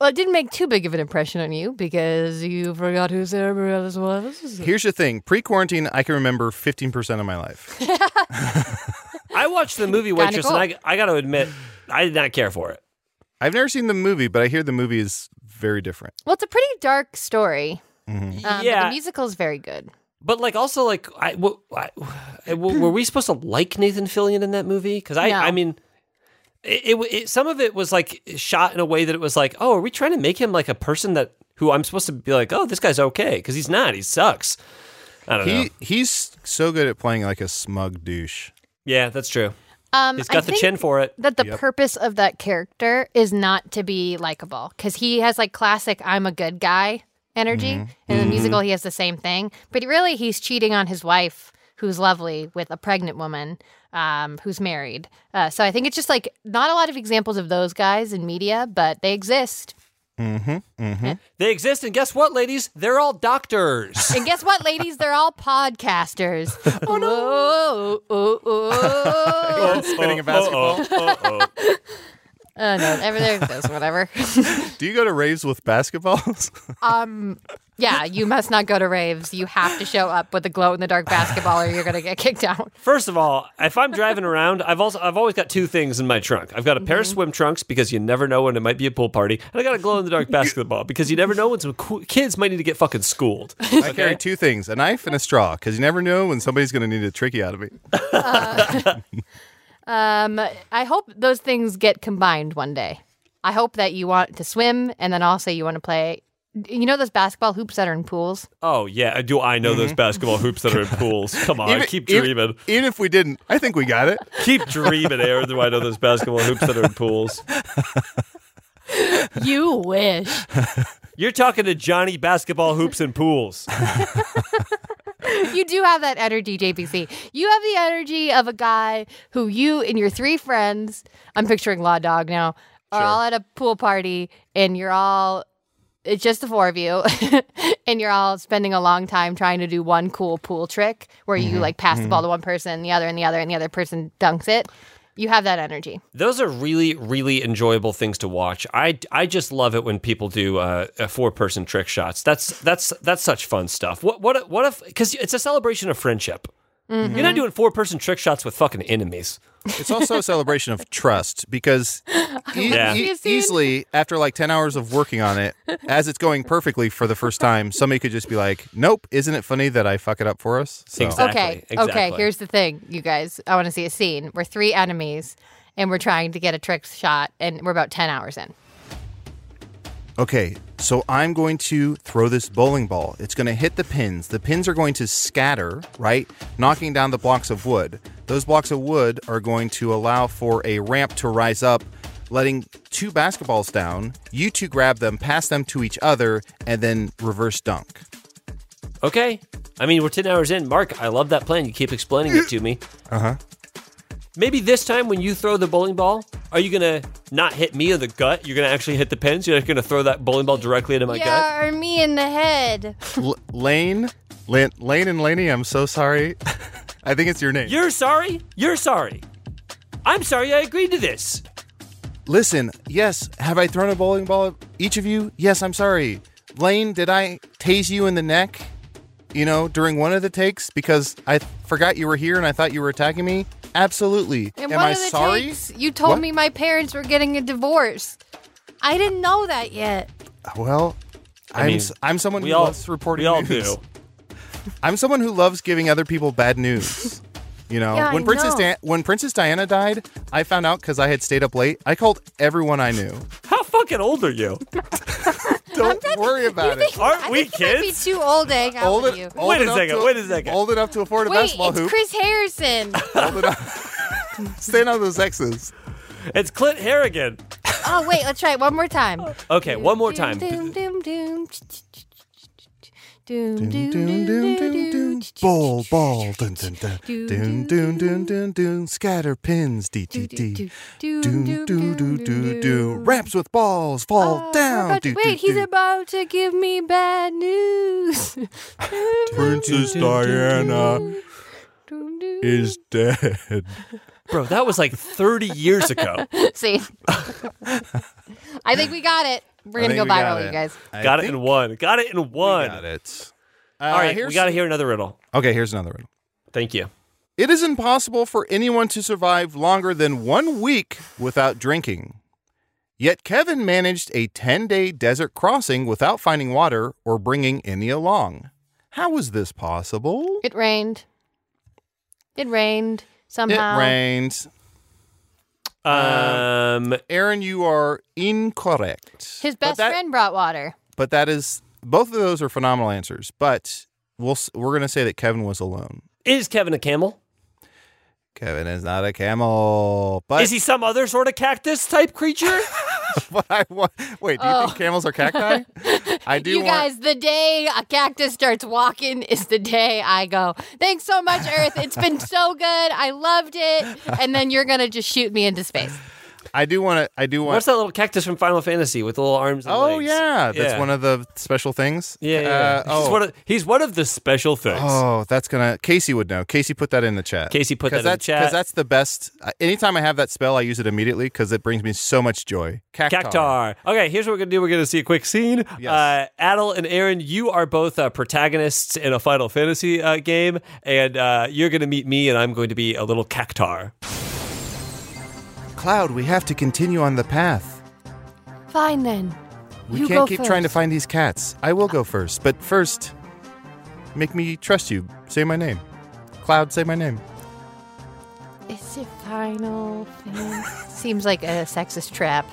Well, it didn't make too big of an impression on you because you forgot who Sarah Bareilles was. Here's the thing pre quarantine, I can remember 15% of my life. I watched the movie Kinda Waitress, and I, I got to admit, I did not care for it. I've never seen the movie, but I hear the movie is very different. Well, it's a pretty dark story. Um, but Yeah. the musical's very good. But like, also like, I, w- I- w- were we supposed to like Nathan Fillion in that movie? Because I, No. I mean, it, it, w- it some of it was like shot in a way that it was like, oh, are we trying to make him like a person that who I'm supposed to be like, oh, this guy's okay? Because he's not. He sucks. I don't know. He He's so good at playing like a smug douche. Yeah, that's true. Um, He's I got the think chin for it. That the Yep. purpose of that character is not to be likable because he has like classic "I'm a good guy" energy. In the Mm-hmm. musical, he has the same thing, but really, he's cheating on his wife, who's lovely, with a pregnant woman um, who's married. Uh, so I think it's just like not a lot of examples of those guys in media, but they exist. They exist, and guess what, ladies? They're all doctors. And guess what, ladies? They're all podcasters. oh no! Oh, Spinning a basketball. Uh, no, ever there goes whatever. Do you go to raves with basketballs? Um, yeah, you must not go to raves. You have to show up with a glow in the dark basketball, or you're gonna get kicked out. First of all, if I'm driving around, I've also I've always got two things in my trunk. I've got a pair Mm-hmm. of swim trunks because you never know when it might be a pool party, and I got a glow in the dark basketball because you never know when some cool kids might need to get fucking schooled. I carry two things a knife and a straw because you never know when somebody's going to need a tricky out of me. Um, I hope those things get combined one day. I hope that you want to swim, and then also you want to play. You know those basketball hoops that are in pools. Oh yeah, do I know those basketball hoops that are in pools? Come on, keep dreaming, Mm-hmm. Even, even if we didn't, I think we got it. keep dreaming, Aaron. Do I know those basketball hoops that are in pools? You wish. You're talking to Johnny Basketball Hoops and Pools. you do have that energy, JPC. You have the energy of a guy who you and your three friends, I'm picturing Law Dog now, are all at a pool party and you're all, it's just the four of you, and you're all spending a long time trying to do one cool pool trick where Mm-hmm. you like pass the ball to one person and the other and the other and the other person dunks it. You have that energy. Those are really, really enjoyable things to watch. I, I just love it when people do uh, four person trick shots. That's that's that's such fun stuff. What what what if because it's a celebration of friendship. You're not doing four person trick shots with fucking enemies. It's also a celebration of trust because e- Yeah. e- You seen- easily, after like 10 hours of working on it, as it's going perfectly for the first time, somebody could just be like, nope, isn't it funny that I fuck it up for us? So, Exactly. Okay. Okay. exactly. Here's the thing, you guys. I want to see a scene. We're three enemies and we're trying to get a trick shot and we're about 10 hours in. Okay, so I'm going to throw this bowling ball. It's going to hit the pins. The pins are going to scatter, right? Knocking down the blocks of wood. Those blocks of wood are going to allow for a ramp to rise up, letting two basketballs down. You two grab them, pass them to each other, and then reverse dunk. Okay. I mean, we're 10 hours in. Mark, I love that plan. You keep explaining it to me. Uh huh. Maybe this time when you throw the bowling ball, are you going to not hit me in the gut? You're going to actually hit the pins? You're going to throw that bowling ball directly into my gut? yeah, or me in the head. L- Lane, Lan- Lane, and Laney, I'm so sorry. I think it's your name. You're sorry? You're sorry. I'm sorry I agreed to this. Listen, yes, have I thrown a bowling ball at each of you? Yes, I'm sorry. Lane, did I tase you in the neck? You know, during one of the takes because I forgot you were here and I thought you were attacking me? Absolutely. And Am one I of the sorry? takes, you told What? me my parents were getting a divorce. I didn't know that yet. Well, I am mean, s- I'm someone We who all, loves reporting we all news. do. I'm someone who loves giving other people bad news. You know, Yeah, I when Princess know. Di- when Princess Diana died, I found out because I had stayed up late. I called everyone I knew. How fucking old are you? Don't worry about it. Aren't I we think you might be kids? too old to hang out Old, with en- you. old Wait a enough second, to- wait a second. Old enough to afford a Wait, basketball it's hoop. Chris Harrison. Hold it up. Stand on those X's. It's Clint Harrigan. oh wait, let's try it one more time. Okay, one more time. Doom, doom, doom, doom. Doom, doom, Doom, doom, doom, doom, doom. Ball, ball. Dun, dun, dun. Doom, doom, doom, doom, doom. Scatter pins. Dee, dee, dee. Doom, Doom, do, do, do, do. Raps with balls. Oh, Fall we're down. about to- Do, do, wait, he's do. about to give me bad news. Princess Diana Doom, doom. is dead. Bro, that was like 30 years ago. See, I think we got it. We're I gonna go think we got viral, you guys. I Got it think in one. Got it in we one. Got it. Uh, All right, we got to hear another riddle. Okay, here's another one. Thank you. It is impossible for anyone to survive longer than one week without drinking. Yet Kevin managed a 10 day desert crossing without finding water or bringing any along. How was this possible? It rained. It rained somehow. It rained. Um, Aaron, you are incorrect. His But best that- friend brought water. But that is, both of those are phenomenal answers. But we'll, s- we're going to say that Kevin was alone. is Kevin a camel? Kevin is not a camel. But Is he some other sort of cactus type creature? But I want, wait, do you think camels are cacti? I do Oh. you want. guys, the day a cactus starts walking is the day I go, thanks so much, Earth. It's been so good. I loved it. And then you're going to just shoot me into space. I do want to. I do want. What's that little cactus from Final Fantasy with the little arms and Oh legs? yeah, that's Yeah. one of the special things. Yeah, yeah. Uh, he's, oh, one of, he's one of the special things. oh, that's gonna. Casey would know. Casey put that in the chat. Casey put that in the chat. because that's the best. Uh, anytime I have that spell, I use it immediately because it brings me so much joy. Cactar. Cactar. Okay, here's what we're gonna do. We're gonna see a quick scene. Yes. Uh, Adel and Aaron, you are both uh, protagonists in a Final Fantasy uh, game, and uh, you're gonna meet me, and I'm going to be a little cactar. Cloud, we have to continue on the path. Fine then. We You can't go keep trying to first. find these cats. I will go first, but first, make me trust you. Say my name. Cloud, say my name. Is it final? Fantasy? Seems like a sexist trap.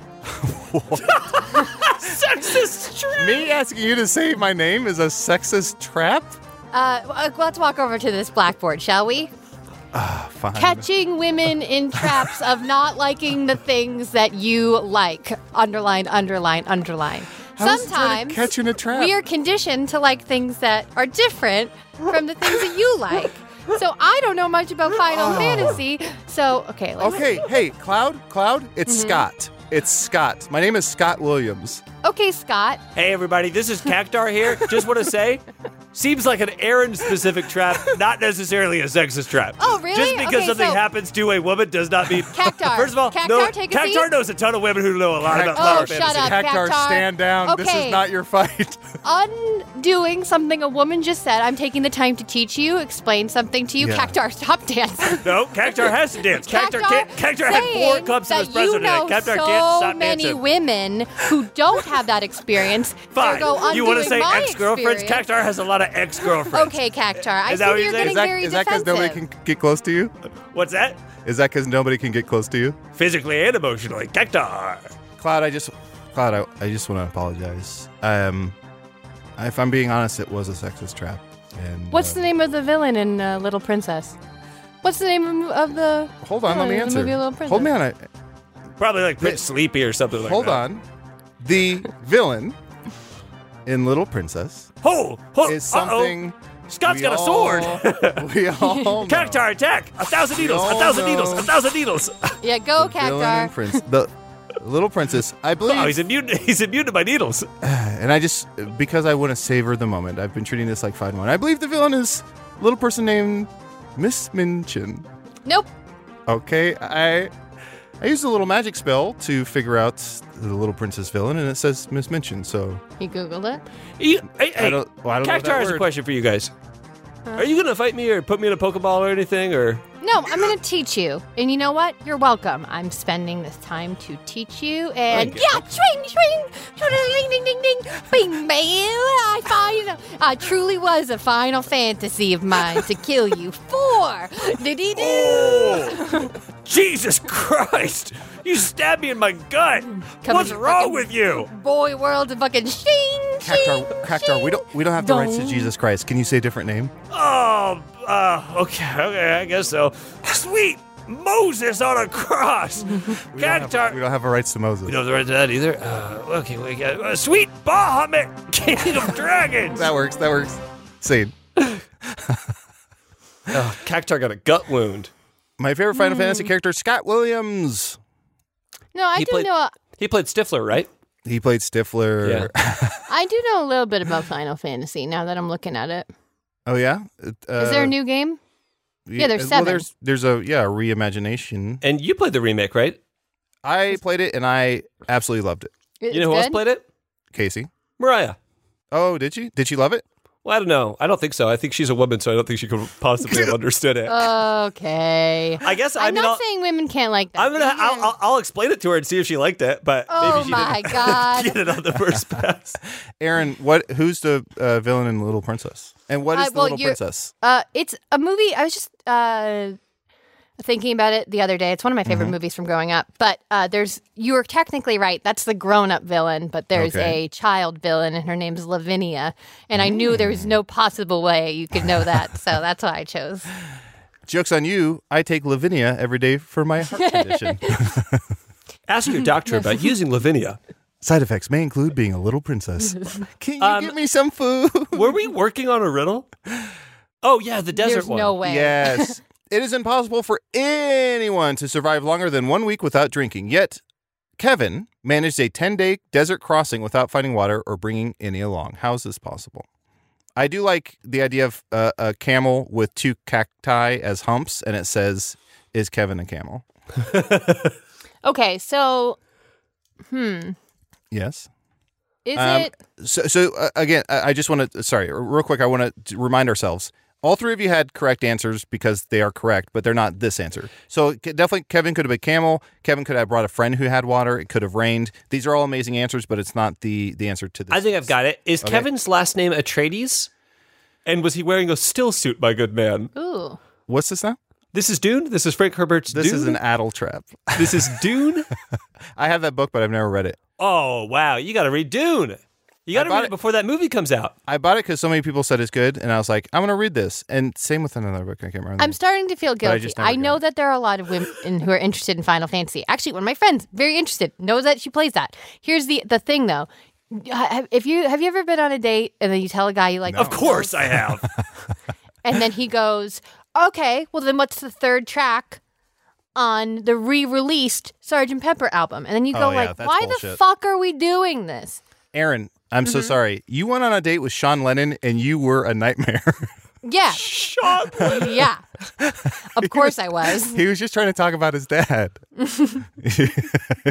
Sexist trap. Me asking you to say my name is a sexist trap? Uh, w- let's walk over to this blackboard, shall we? Fine. Catching women in traps of not liking the things that you like. Underline, underline, underline. How is it trying Sometimes to catch in a trap? we are conditioned to like things that are different from the things that you like. So I don't know much about Final Fantasy. So okay, let's, Oh. Okay, hey, Cloud, Cloud, it's Mm-hmm. Scott. It's Scott. My name is Scott Williams. okay, Scott. Hey everybody, this is Cactar here. Just want to say, seems like an Aaron-specific trap, not necessarily a sexist trap. Oh, really? Just because Okay, something so- happens to a woman does not mean Cactar. First of all, Cactar, no, take a Cactar seat. knows a ton of women who know a lot about Cactar. Flower Oh, shut Fantasy. up. Cactar, Cactar. stand down. This is Okay. not your fight. Undoing something a woman just said. I'm taking the time to teach you, explain something to you. Yeah. Cactar, stop dancing. No, Cactar has to dance. Cactar Cactar, can't. Cactar had four saying cups of that espresso you know today. Cactar so can't stop many dancing. women who don't have that experience. Fine. They'll go You want to undoing say my ex-girlfriends? experience. Cactar has a lot of ex-girlfriends. Okay, Cactar. I Is that what think you're you're saying? getting Is that very is that because defensive. nobody can get close to you? What's that? Is that because nobody can get close to you? Physically and emotionally, Cactar. Cloud, I just, Cloud, I, I just want to apologize. Um, if I'm being honest, it was a sexist trap. And What's uh, the name of the villain in uh, Little Princess? What's the name of the? Hold on, Oh, let me the answer. movie Little Prince. Hold me on. I, Probably like Prince Sleepy or something like hold that. on. The villain in Little Princess Ho! ho is uh-oh. something. Scott's we got a sword. all- we all know. Cactar attack! A thousand needles! A all thousand know. needles! A thousand needles! Yeah, go Villain in Cactar. Prince. The Little Princess. I believe. Oh, he's immune. He's immune to my needles. and I just because I want to savor the moment, I've been treating this like fine wine. I believe the villain is a little person named Miss Minchin. Nope. Okay, I I used a little magic spell to figure out the little princess villain, and it says Miss Minchin. So You googled it. You, hey, hey, I don't. Well, I don't know that Cactar has a word. question for you guys. Are you gonna fight me or put me in a Pokeball or anything? Or No, I'm gonna teach you, and you know what? You're welcome. I'm spending this time to teach you, and Okay. yeah, swing, swing, ding, ding, ding, ding, bing, bang. I find I truly was a final fantasy of mine to kill you for. Did he do? oh, Jesus Christ! You stabbed me in my gut. What's here, wrong fucking with you? Boy, world of fucking shing, shing, Cactar, Cactar, we don't we don't have the rights to Jesus Christ. Can you say a different name? Oh, uh, okay, okay, I guess so. Sweet Moses on a cross. Cactar. We don't have the rights to Moses. We don't have the right to that either. Uh, okay, we got uh, Sweet Bahamut, King of Dragons. That works. That works. Scene. Oh, Cactar got a gut wound. My favorite Hmm. Final Fantasy character, Scott Williams. No, I He do played- know. He played Stifler, right? He played Stifler. I do know a little bit about Final Fantasy now that I'm looking at it. Oh yeah. Is Is Uh, there a new game? Yeah, there's Well, seven. there's there's a yeah a reimagination. And you played the remake, right? I played it and I absolutely loved it. It- you it's know who else good? played it? Casey. Mariah. Oh, did she? Did she love it? Well, I don't know. I don't think so. I think she's a woman, so I don't think she could possibly have understood it. Okay. I guess I Uh, I'm mean, not I'll, saying women can't like that. I'm gonna. You I'll, can- I'll, I'll explain it to her and see if she liked it. But Oh maybe she my didn't god. get it on the first pass. Aaron, what? Who's the uh, villain in Little Princess? And what Uh, is the well, Little you're- Princess? Uh, it's a movie. I was just uh, thinking about it the other day. It's one of my Mm-hmm. favorite movies from growing up. But uh, there's you were technically right. That's the grown-up villain, but there's Okay. a child villain, and her name's Lavinia. And I knew there was Mm. no possible way you could know that, so that's why I chose. Jokes on you. I take Lavinia every day for my heart condition. Ask your doctor about using Lavinia. Side effects may include being a little princess. Can you Um, give me some food? Were we working on a riddle? Oh yeah, the desert there's one. no way. Yes. it is impossible for anyone to survive longer than one week without drinking. Yet, Kevin managed a 10 day desert crossing without finding water or bringing any along. How is this possible? I do like the idea of uh, a camel with two cacti as humps, and it says, Is Kevin a camel? Okay, so hmm, Yes. is Um, it? So, so uh, again, I I just want to, sorry, r- real quick, I want to remind ourselves. All three of you had correct answers because they are correct, but they're not this answer. So c- definitely, Kevin could have been camel. Kevin could have brought a friend who had water. It could have rained. These are all amazing answers, but it's not the the answer to this. I think I've got it. Is Kevin's last name Atreides? And was he wearing a still suit, my good man? Ooh, What's this now? This is Dune. This is Frank Herbert's This Dune. is an addle trap. this is Dune. I have that book, but I've never read it. Oh wow, you got to read Dune. You got to bought read it it- before that movie comes out. I bought it because so many people said it's good, and I was like, I'm gonna read this. And same with another book I can't remember. I'm starting to feel I guilty. just never I, got know it. that there are a lot of women who are interested in Final Fantasy. Actually, one of my friends, very interested, knows that she plays that. Here's the the thing though. Have- If you have you ever been on a date and then you tell a guy you like, Of course I have. and then he goes, "Okay, well then what's the third track on the re-released Sgt. Pepper album?" And then you go Oh, yeah, like, that's "Why the bullshit. fuck are we doing this?" Aaron, I'm so sorry. You went on a date with Sean Lennon, and you were a nightmare. Yeah, Sean, yeah. Of course I was. He was just trying to talk about his dad.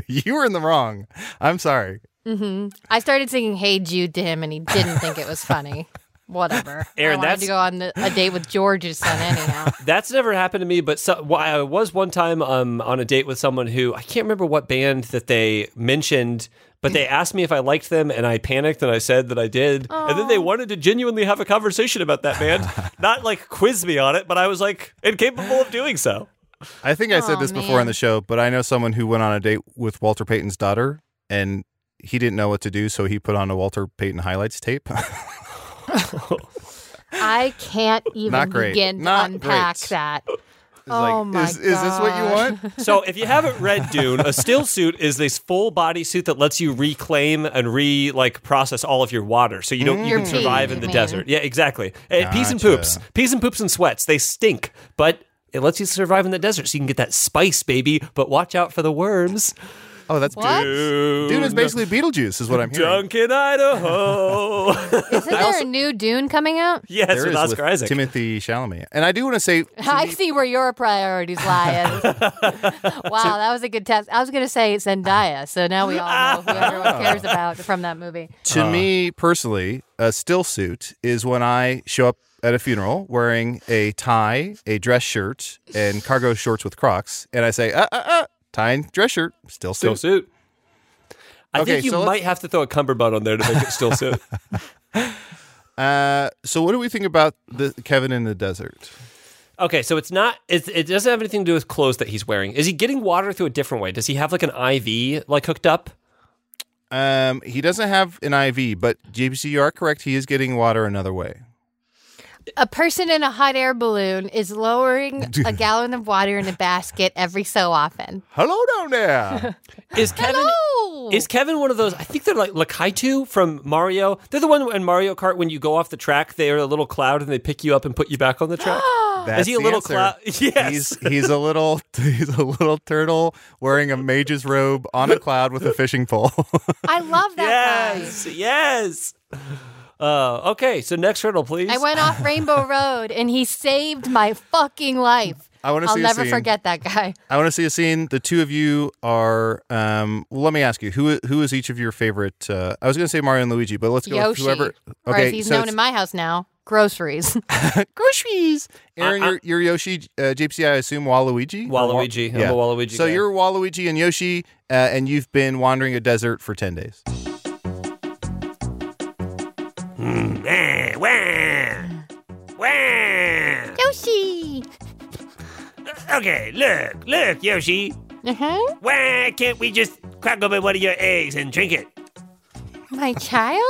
you were in the wrong. I'm sorry. I started singing "Hey Jude" to him, and he didn't think it was funny. Whatever. I Aaron, wanted that's- to go on the, a date with George's son anyhow. That's never happened to me, but so, well, I was one time um, on a date with someone who I can't remember what band that they mentioned, but they asked me if I liked them, and I panicked and I said that I did, and then they wanted to genuinely have a conversation about that band, not like quiz me on it, but I was like incapable of doing so. I think I said Aw, this before on man. the show, but I know someone who went on a date with Walter Payton's daughter and he didn't know what to do, so he put on a Walter Payton highlights tape. I can't even Not great. begin to Not unpack great. that. It's like, Oh my is, is this what you gosh. want? So if you haven't read Dune, a still suit is this full body suit that lets you reclaim and re like process all of your water, so you don't Mm. you Your can pee, survive in you the mean. desert. Yeah, exactly. Eh, Peas and Gotcha. poops, peas and poops and sweats. They stink, but it lets you survive in the desert, so you can get that spice, baby. But watch out for the worms. Oh, that's What? Dune. Dune is basically Beetlejuice, is what I'm hearing. Duncan Idaho. Isn't there a new Dune coming out? yes, There with is Oscar with Isaac. Timothy Chalamet. And I do want to say, I see where your priorities lie. Ed. wow, that was a good test. I was going to say Zendaya, so now we all know who Oh. everyone cares about from that movie. Uh-huh. to me personally, a still suit is when I show up at a funeral wearing a tie, a dress shirt, and cargo shorts with Crocs, and I say, uh, uh, uh, tie and dress shirt, still still suit. suit. I Okay, think you so let's- might have to throw a cummerbund on there to make it still suit. Uh, so what do we think about the Kevin in the desert? Okay, so it's not. It's, it doesn't have anything to do with clothes that he's wearing. Is he getting water through a different way? Does he have like an IV like hooked up? Um, he doesn't have an IV, but JBC, you are correct. He is getting water another way. A person in a hot air balloon is lowering a gallon of water in a basket every so often. Hello down there. Is Kevin? Hello! Is Kevin one of those? I think they're like Lakaitu from Mario. They're the one in Mario Kart when you go off the track, they are a little cloud and they pick you up and put you back on the track. That's he a the little answer. clown? Yes. He's he's a little he's a little turtle wearing a mage's robe on a cloud with a fishing pole. I love that guy. yes, yes. Uh, okay, so next riddle, please. I went off Rainbow Road and he saved my fucking life. I wanna I'll see a never scene. forget that guy. I want to see a scene. The two of you are. Um, well, let me ask you who who is each of your favorite? Uh, I was going to say Mario and Luigi, but let's go Yoshi. with whoever. or as he's so known it's in my house now, groceries. groceries. Aaron, I- you're, you're Yoshi. Uh, JPC, I assume Waluigi. Or Wa- Waluigi. I'm a Waluigi So guy. you're Waluigi and Yoshi, uh, and you've been wandering a desert for ten days. Ah, Yoshi! Okay, look, look, Yoshi. Uh-huh. Why can't we just crack open one of your eggs and drink it? My child?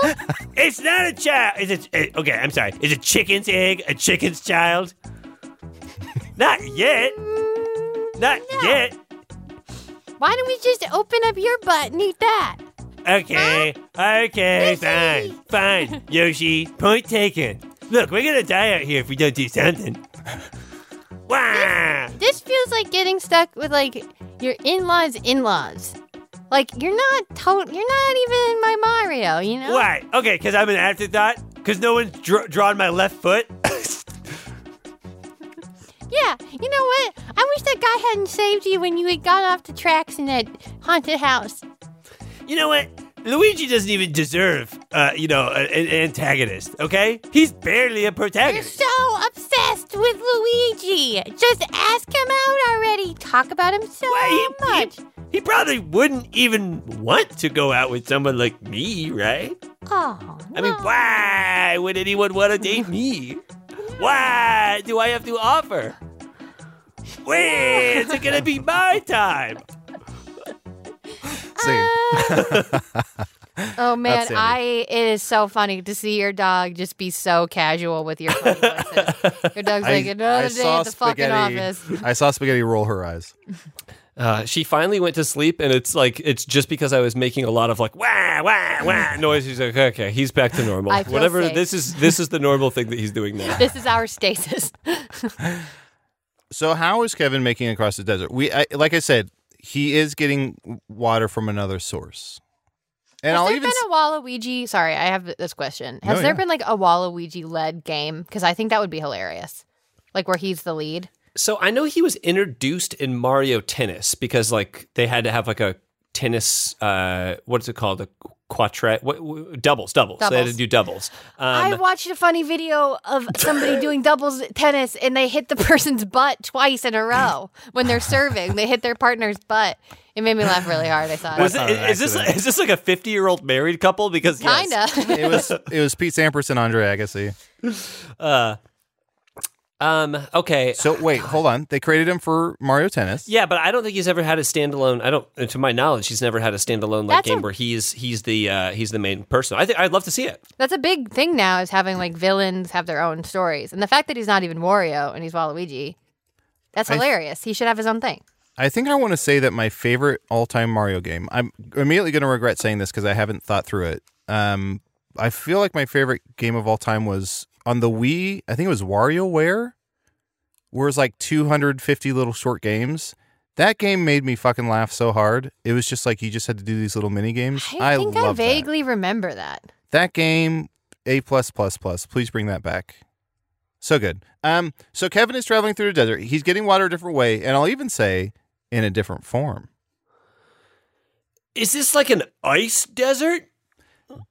It's not a child. Is it? eh, okay, I'm sorry. Is a chicken's egg a chicken's child? not yet. Not yet. Why don't we just open up your butt and eat that? Okay. Okay. Yoshi. Fine. Fine. Yoshi. Point taken. Look, we're gonna die out here if we don't do something. Wow. This feels like getting stuck with like your in-laws in-laws. Like you're not to- you're not even my Mario, you know? Why? Okay, because I'm an afterthought. Because no one's dr- drawn my left foot. Yeah, you know what? I wish that guy hadn't saved you when you had gone off the tracks in that haunted house. you know what? Luigi doesn't even deserve, uh, you know, a- an antagonist. Okay, he's barely a You're protagonist. so obsessed with Luigi. Just ask him out already. Talk about him so Why, he- he- much. He probably wouldn't even want to go out with someone like me, right? Oh, I mean, why would anyone want to date me? Why do I have to offer? When's it gonna be my time? Scene. oh man, Outstanding. I it is so funny to see your dog just be so casual with your funny voices. Your dog's like another day at the fucking office. I saw spaghetti roll her eyes. Uh, she finally went to sleep, and it's like it's just because I was making a lot of like wah wah wah noise. She's like, okay, okay, he's back to normal. I feel Whatever safe. this is, this is the normal thing that he's doing now. This is our stasis. So how is Kevin making it across the desert? We I, like I said, he is getting water from another source. And Has I'll there even been a Waluigi? Sorry, I have this question. Has No, there yeah. been like a Waluigi led game? Because I think that would be hilarious. Like where he's the lead. So I know he was introduced in Mario Tennis because like they had to have like a tennis uh what's it called a quattret what, w- doubles, doubles they had to Doubles. do doubles. I Um, watched a funny video of somebody doing doubles tennis and they hit the person's butt twice in a row when they're serving. They hit their partner's butt. It made me laugh really hard. I saw was it. it, is this accident. is this like a fifty year old married couple because yes. Kinda. it was it was Pete Sampras and Andre Agassi. um okay So wait, hold on. They created him for Mario Tennis. yeah but I don't think he's ever had a standalone I don't to my knowledge he's never had a standalone like That's game a- where he's he's the uh, he's the main person I think I'd love to see it That's a big thing now is having like villains have their own stories. And the fact that he's not even Wario and he's Waluigi. That's I- hilarious. he should have his own thing. I think I want to say that my favorite all-time Mario game. I'm immediately going to regret saying this because I haven't thought through it. Um, I feel like my favorite game of all time was on the Wii. I think it was WarioWare, where it was like 250 little short games. That game made me fucking laugh so hard. It was just like you just had to do these little mini games. I, I think I love vaguely remember that. that. that game. A plus plus plus. Please bring that back. So good. Um, so Kevin is traveling through the desert. He's getting water a different way, and I'll even say in a different form. Is this like an ice desert?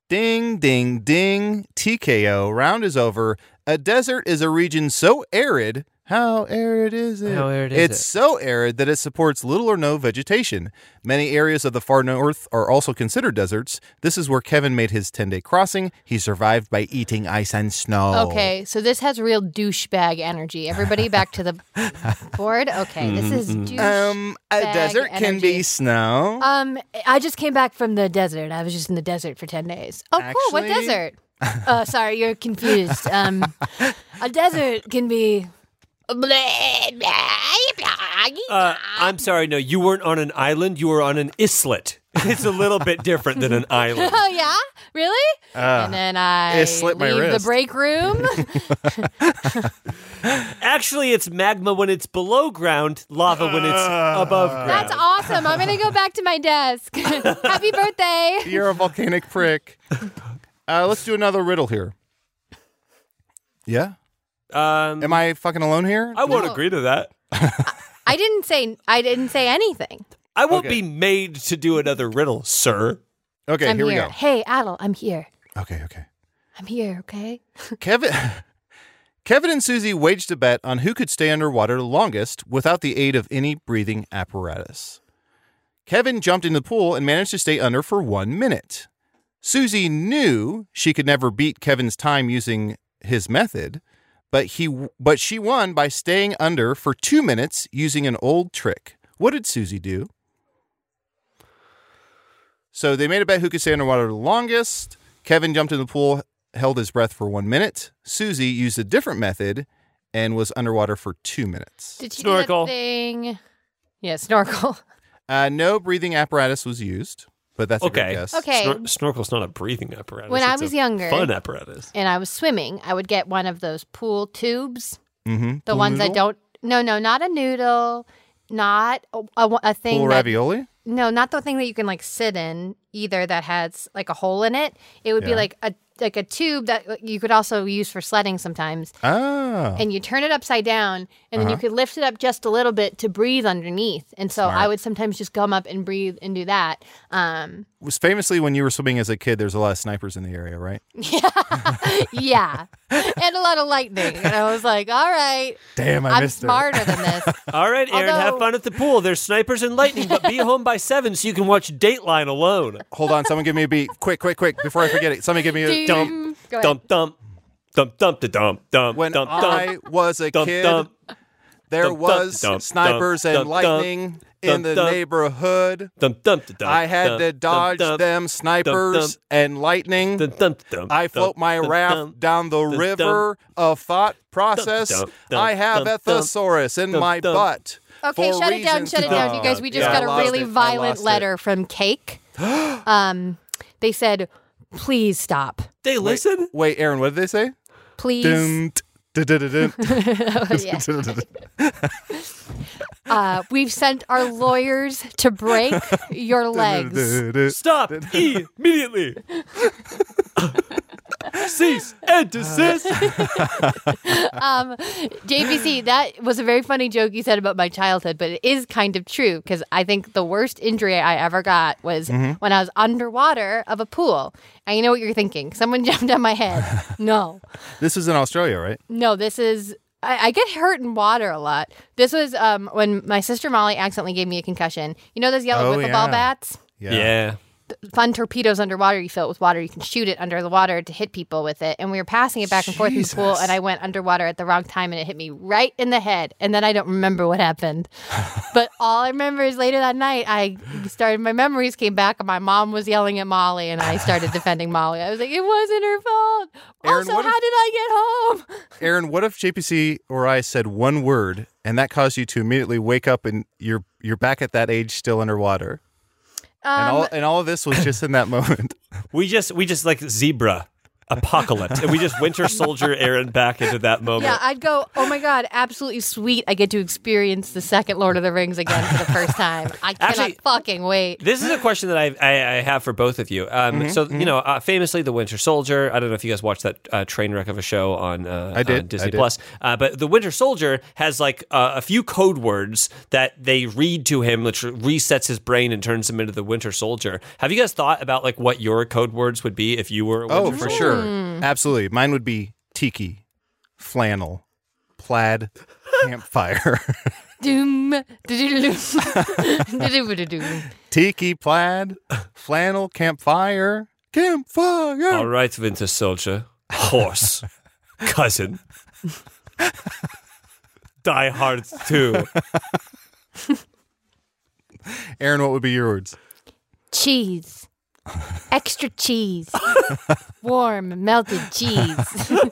Ding, ding, ding. TKO. Round is over. A desert is a region so arid. How arid is it? How arid is it's it? so arid that it supports little or no vegetation. Many areas of the far north are also considered deserts. This is where Kevin made his 10 day crossing. He survived by eating ice and snow. Okay, so this has real douchebag energy. Everybody back to the board. Okay, this is douche. Um, a Bag desert can be energy. snow. Um, I just came back from the desert. I was just in the desert for ten days. Oh, cool. What Actually- desert? oh, sorry, you're confused. Um, a desert can be. Uh, I'm sorry, no, you weren't on an island. You were on an islet. It's a little bit different than an island. Oh yeah, really? and then I Uh. it slipped my leave the wrist. break room. Actually, it's magma when it's below ground, lava when it's above ground. Ah. That's awesome. I'm gonna go back to my desk. Happy birthday. You're a volcanic prick. Uh, let's do another riddle here. Yeah? Um, Am I fucking alone here? I won't No. agree to that. I didn't say I didn't say anything. I won't Okay. be made to do another riddle, sir. Okay, I'm here, here. we go. Hey, Adel, I'm here. Okay, okay. I'm here. Okay. Kevin Kevin and Susie waged a bet on who could stay underwater longest without the aid of any breathing apparatus. Kevin jumped in the pool and managed to stay under for one minute. Susie knew she could never beat Kevin's time using his method, but he but she won by staying under for two minutes using an old trick. What did Susie do? So they made a bet who could stay underwater the longest. Kevin jumped in the pool, held his breath for one minute. Susie used a different method and was underwater for two minutes. Did you Snorkel. do that thing? Yeah, snorkel. Uh, no breathing apparatus was used, but that's a good Okay. guess. Okay. Snor- snorkel's not a breathing apparatus. When I It's a was younger- fun apparatus. and I was swimming, I would get one of those pool tubes, Mm-hmm. the ones that don't. No, no, not a noodle, not a, a, a thing. Pool that- ravioli? No, not the thing that you can like sit in either. That has like a hole in it. It would be Yeah. like a like a tube that you could also use for sledding sometimes. Oh. and you turn it upside down and Uh-huh. then you could lift it up just a little bit to breathe underneath and so i would sometimes just gum up and breathe and do that um, was famously, when you were swimming as a kid, there's a lot of snipers in the area, right? yeah and a lot of lightning and i was like all right Damn, I i'm missed it. smarter than this All right, Aaron, have Although- fun at the pool. There's snipers and lightning, but be home by seven so you can watch Dateline alone. Hold on, someone give me a beat. Quick, quick, quick, before I forget it. Somebody give me a. Dump, Go ahead. dump, dump, dump, dump, da dump, dump, When dump, I dump, was a dump, kid, dump. there dum, dum, was dum, dum, snipers and dum, dum, lightning in dum, the dum. neighborhood. Dum, dum, da, dum, I had dum, to dum, dodge dum, them snipers and lightning. dum, dum, dum, I dum, float my dum, raft dum. down the dum, river of thought process. dum, dum, I have dum, a dum, thesaurus in dum, my dum. butt. okay for shut it down reasons- shut it down you guys we just Yeah, got I a lost really it, I violent lost it. letter from cake um, they said please stop They listen? Wait, Aaron, what did they say? please Dum, t- du- du- du- dum. Yeah. uh, we've sent our lawyers to break your legs Du- du- Stop E, immediately. Cease and desist. Uh, um, JPC, that was a very funny joke you said about my childhood, but it is kind of true because I think the worst injury I ever got was Mm-hmm. when I was underwater of a pool. And you know what you're thinking? Someone jumped on my head. no, This was in Australia, right? no, this is. I, I get hurt in water a lot. This was um, when my sister Molly accidentally gave me a concussion. You know those yellow Oh, wiffle ball yeah. bats? Yeah. fun torpedoes underwater. You fill it with water. You can shoot it under the water to hit people with it. And we were passing it back and forth in the pool, and I went underwater at the wrong time, and it hit me right in the head. And then I don't remember what happened. but all I remember is later that night, I started. My memories came back, and my mom was yelling at Molly, and I started defending Molly. I was like, "It wasn't her fault." Erin, also, how what if- did I get home? Aaron, what if JPC or I said one word and that caused you to immediately wake up and you're you're back at that age still underwater. and Um, all and all of this was just in that moment. We just we just like zebra apocalypse, and we just Winter Soldier Aaron back into that moment. Yeah, I'd go, oh my God, absolutely sweet. I get to experience the second Lord of the Rings again for the first time. I cannot Actually- fucking wait. This is a question that I, I, I have for both of you. Um, Mm-hmm, so you know, uh, famously, the Winter Soldier. I don't know if you guys watched that uh, train wreck of a show on, uh, I did, on Disney I did. Plus, uh, but the Winter Soldier has like uh, a few code words that they read to him, which resets his brain and turns him into the Winter Soldier. Have you guys thought about like what your code words would be if you were a Winter Oh, Soldier? for sure. Absolutely. Mine would be tiki, flannel, plaid, campfire. Doom. Doom. tiki, plaid, flannel, campfire, campfire. All right, Winter Soldier, horse, cousin, Die Hard Two. Aaron, what would be your words? cheese. Extra cheese. Warm, melted cheese.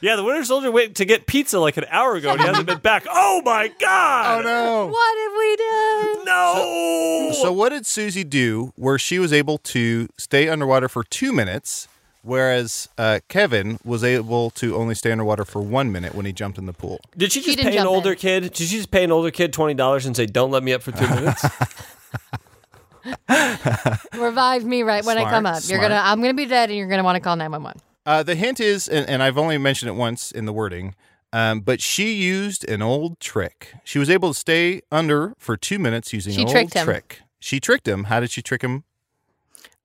Yeah, the Winter Soldier went to get pizza like an hour ago and he hasn't been back. Oh my Oh god! no. what have we done? No! So what did Susie do where she was able to stay underwater for two minutes, whereas uh, Kevin was able to only stay underwater for one minute when he jumped in the pool? Did she just didn't pay an jump older in. kid? Did she just pay an older kid twenty dollars and say, "Don't let me up for two minutes"? Revive me right when I Smart, come up. You're gonna smart. I'm gonna be dead and you're gonna want to call nine one one. Uh, the hint is, and, and I've only mentioned it once in the wording, um, but she used an old trick. She was able to stay under for two minutes using She an old tricked him. trick. She tricked him. How did she trick him?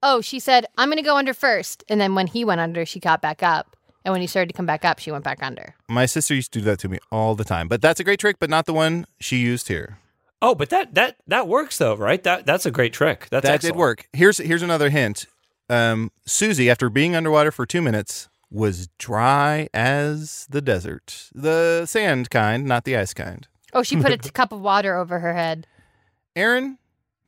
Oh, she said, I'm gonna go under first. And then when he went under, she got back up. And when he started to come back up, she went back under. My sister used to do that to me all the time, but that's a great trick, but not the one she used here. oh, but that that that works though, right? That that's a great trick. That's that excellent. did work. Here's here's another hint. Um, Susie, after being underwater for two minutes, was dry as the desert, the sand kind, not the ice kind. Oh, she put a t- cup of water over her head. Aaron,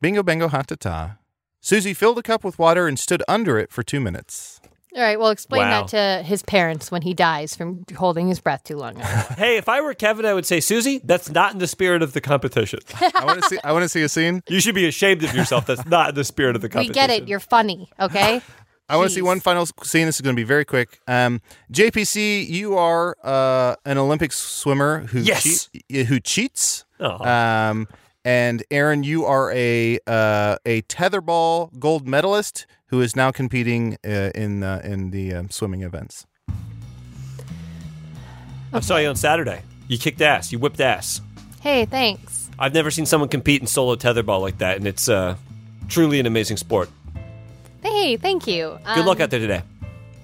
bingo, bango, ha ta ta. Susie filled a cup with water and stood under it for two minutes. All right, well, explain Wow. that to his parents when he dies from holding his breath too long. Hey, if I were Kevin, I would say, Susie, that's not in the spirit of the competition. I want to see. I want to see a scene. You should be ashamed of yourself. That's not in the spirit of the we competition. get it. You're funny, okay? I want to see one final s- scene. This is going to be very quick. Um, JPC, you are uh, an Olympic swimmer who Yes. Oh. cheat- who cheats. Aw. Um, and Aaron, you are a uh, a tetherball gold medalist who is now competing uh, in uh, in the um, swimming events. I saw you on Saturday. You kicked ass. You whipped ass. hey, thanks. I've never seen someone compete in solo tetherball like that, and it's uh, truly an amazing sport. Hey, thank you. Good luck Um, out there today.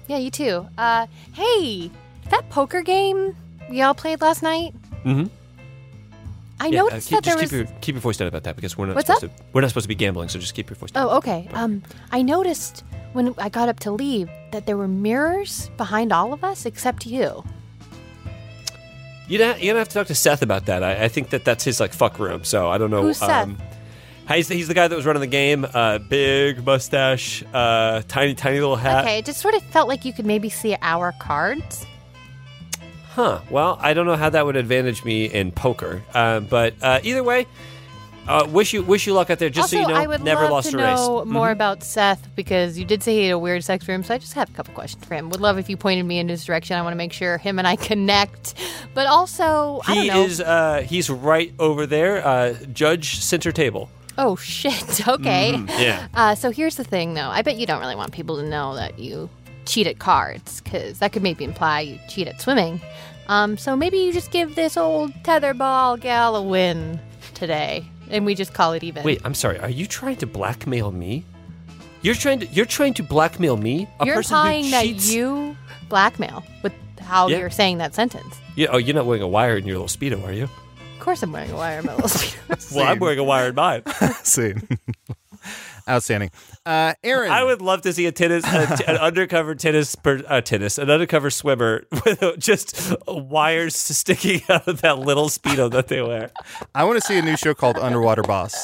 Yeah, you too. Uh, hey, that poker game y'all played last night. Mhm. I Yeah, uh, noticed keep, that there just was. keep your keep your voice down about that because we're not What's supposed up? to we're not supposed to be gambling, so just keep your voice down. Oh, okay. Um, I noticed when I got up to leave that there were mirrors behind all of us except you. oh. You don't you don't have to talk to Seth about that. I, I think that that's his like fuck room. So I don't know. um, Who's Seth? he's, he's the guy that was running the game. Uh, big mustache, uh, tiny tiny little hat. okay, it just sort of felt like you could maybe see our cards. Huh. Well, I don't know how that would advantage me in poker. Um, but uh, either way, uh, wish you wish you luck out there. Just also, so you know, I would never love lost to a race. Mm-hmm. know more about Seth because you did say he had a weird sex room. So I just have a couple questions for him. Would love if you pointed me in his direction. I want to make sure him and I connect. But also, I don't He know. is uh, he's right over there, uh, judge center table. Oh shit. Okay. Mm-hmm. yeah. Uh, so here's the thing, though. I bet you don't really want people to know that you cheat at cards, because that could maybe imply you cheat at swimming. Um, so maybe you just give this old tetherball gal a win today, and we just call it even. Wait, I'm sorry. Are you trying to blackmail me? You're trying to you're trying to blackmail me. A you're person who implying that cheats- you blackmail with how Yeah. you're saying that sentence. Yeah, oh, you're not wearing a wire in your little speedo, are you? Of course, I'm wearing a wire metal. Well, I'm wearing a wire in mine. Scene. Outstanding. Uh, Aaron. I would love to see a tennis, a t- an undercover tennis, per, uh, tennis, an undercover swimmer with just wires sticking out of that little speedo that they wear. I want to see a new show called Underwater Boss,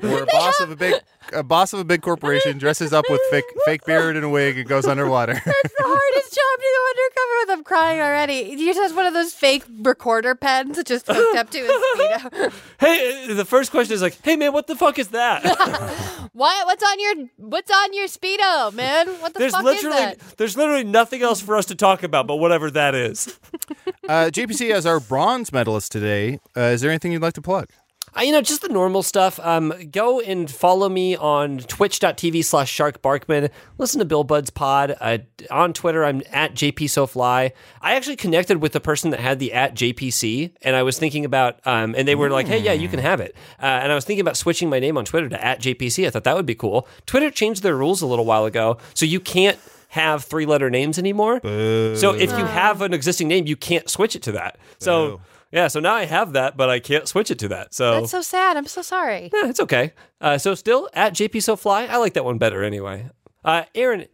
where a boss of a big a boss of a big corporation dresses up with fake fake beard and a wig and goes underwater. It's the hardest job to go undercover with. I'm crying already. He just has one of those fake recorder pens just hooked up to his speedo. Hey, uh, the first question is like, hey man, what the fuck is that? what? What's on your What's on your speedo, man? What the There's fuck is literally that? there's literally nothing else for us to talk about but whatever that is. Uh, JPC as our bronze medalist today. Uh, is there anything you'd like to plug? Uh, you know, just the normal stuff. Um, go and follow me on twitch.tv slash Shark Barkman. Listen to Bill Bud's pod. Uh, on Twitter, I'm at JPSoFly. I actually connected with the person that had the at JPC, and I was thinking about, um, and they were like, hey, yeah, you can have it. Uh, and I was thinking about switching my name on Twitter to at JPC. I thought that would be cool. Twitter changed their rules a little while ago, so you can't have three letter names anymore. So if you have an existing name, you can't switch it to that. So. Yeah, so now I have that, but I can't switch it to that. So That's so sad. I'm so sorry. yeah, it's okay. Uh, so still at JP So Fly, I like that one better anyway. Uh, Aaron,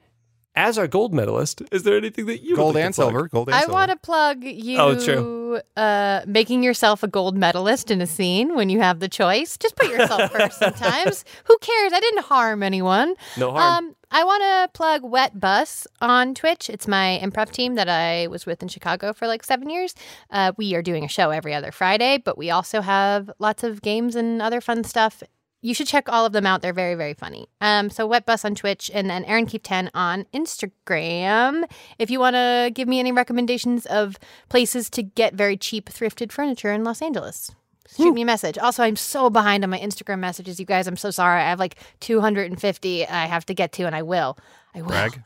as our gold medalist, is there anything that you would Gold like to and plug? silver. Gold and I silver. want to plug you Oh, true. Uh, making yourself a gold medalist in a scene when you have the choice. Just put yourself first sometimes. Who cares? I didn't harm anyone. No harm. Um, I want to plug Wet Bus on Twitch. It's my improv team that I was with in Chicago for like seven years. Uh, we are doing a show every other Friday, but we also have lots of games and other fun stuff. You should check all of them out. They're very, very funny. Um, so Wet Bus on Twitch and then Aaron Keep 10 on Instagram. If you want to give me any recommendations of places to get very cheap thrifted furniture in Los Angeles shoot me a message. Also, I'm so behind on my Instagram messages, you guys. I'm so sorry. I have like 250 I have to get to, and I will. I will. Brag.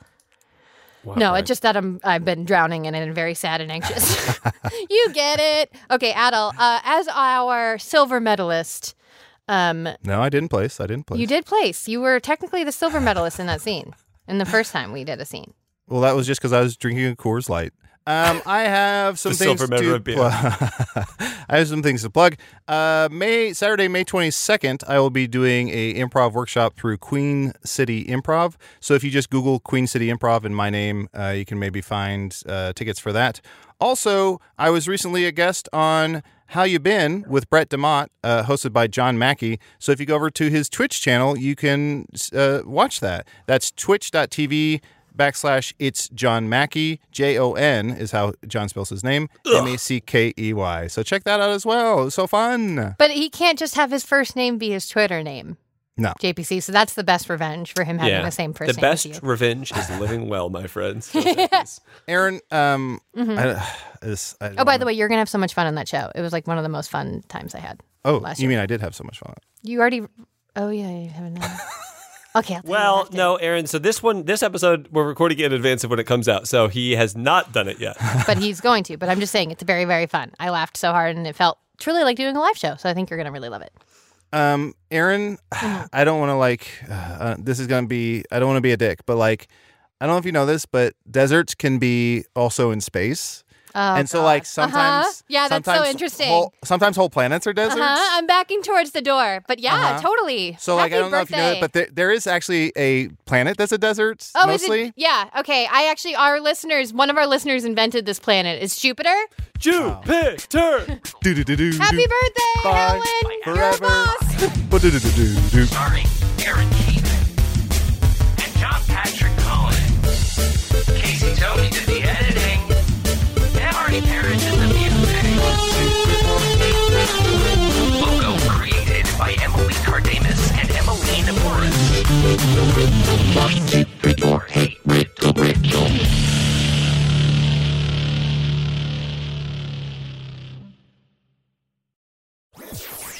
no, it's just that I'm I've been drowning in it and very sad and anxious. you get it. Okay, Adel. Uh, as our silver medalist, um, No, I didn't place. I didn't place. you did place. You were technically the silver medalist in that scene. In the first time we did a scene. Well, that was just because I was drinking a Coors Light. Um, I have some The things silver medal to of beer. plug. I have some things to plug. Uh, May Saturday, May twenty second, I will be doing a improv workshop through Queen City Improv. So if you just Google Queen City Improv in my name, uh, you can maybe find uh, tickets for that. Also, I was recently a guest on How You Been with Brett DeMott, uh, hosted by John Mackey. So if you go over to his Twitch channel, you can uh, watch that. That's twitch.tv backslash it's John Mackey. J O N is how John spells his name. M A C K E Y. So check that out as well. It was so fun. But he can't just have his first name be his Twitter name. No. JPC. So that's the best revenge for him having the same first the name. best as you. revenge is living well, my friends. Aaron, um, I, this, I Mm-hmm. Oh, don't by the know. way, you're gonna have so much fun on that show. It was like one of the most fun times I had. Oh, last you mean I did have so much fun. You already. Oh yeah, you haven't. done that. okay. I'll tell you well, after. no, Aaron. So this one, this episode, we're recording it in advance of when it comes out. So he has not done it yet. But he's going to. But I'm just saying, it's very, very fun. I laughed so hard, and it felt truly like doing a live show. So I think you're gonna really love it. Um, Aaron, Mm-hmm. I don't want to like, uh, this is going to be, I don't want to be a dick, but like, I don't know if you know this, but deserts can be also in space. Oh, and so, God. like, sometimes, Uh-huh. Yeah, that's so sometimes interesting. whole- sometimes whole planets are deserts. Uh-huh. I'm backing towards the door, but yeah, Uh-huh. totally. So like Happy I don't know if you know birthday. that, but there, there is actually a planet that's a desert Oh, mostly. is it? Yeah. Okay. I actually, our listeners, one of our listeners invented this planet. It's Jupiter. Jupiter. Do-do-do-do-do. Happy birthday, Bye. Helen. You're a Forever. boss. Ba-do-do-do-do-do. starring Aaron Keegan and John Patrick Cohen. Casey Tony did the editing, and Marty Parrish did the music. Logo created by Emily Cardamus and Emily Morris.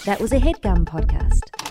That was a headgum podcast.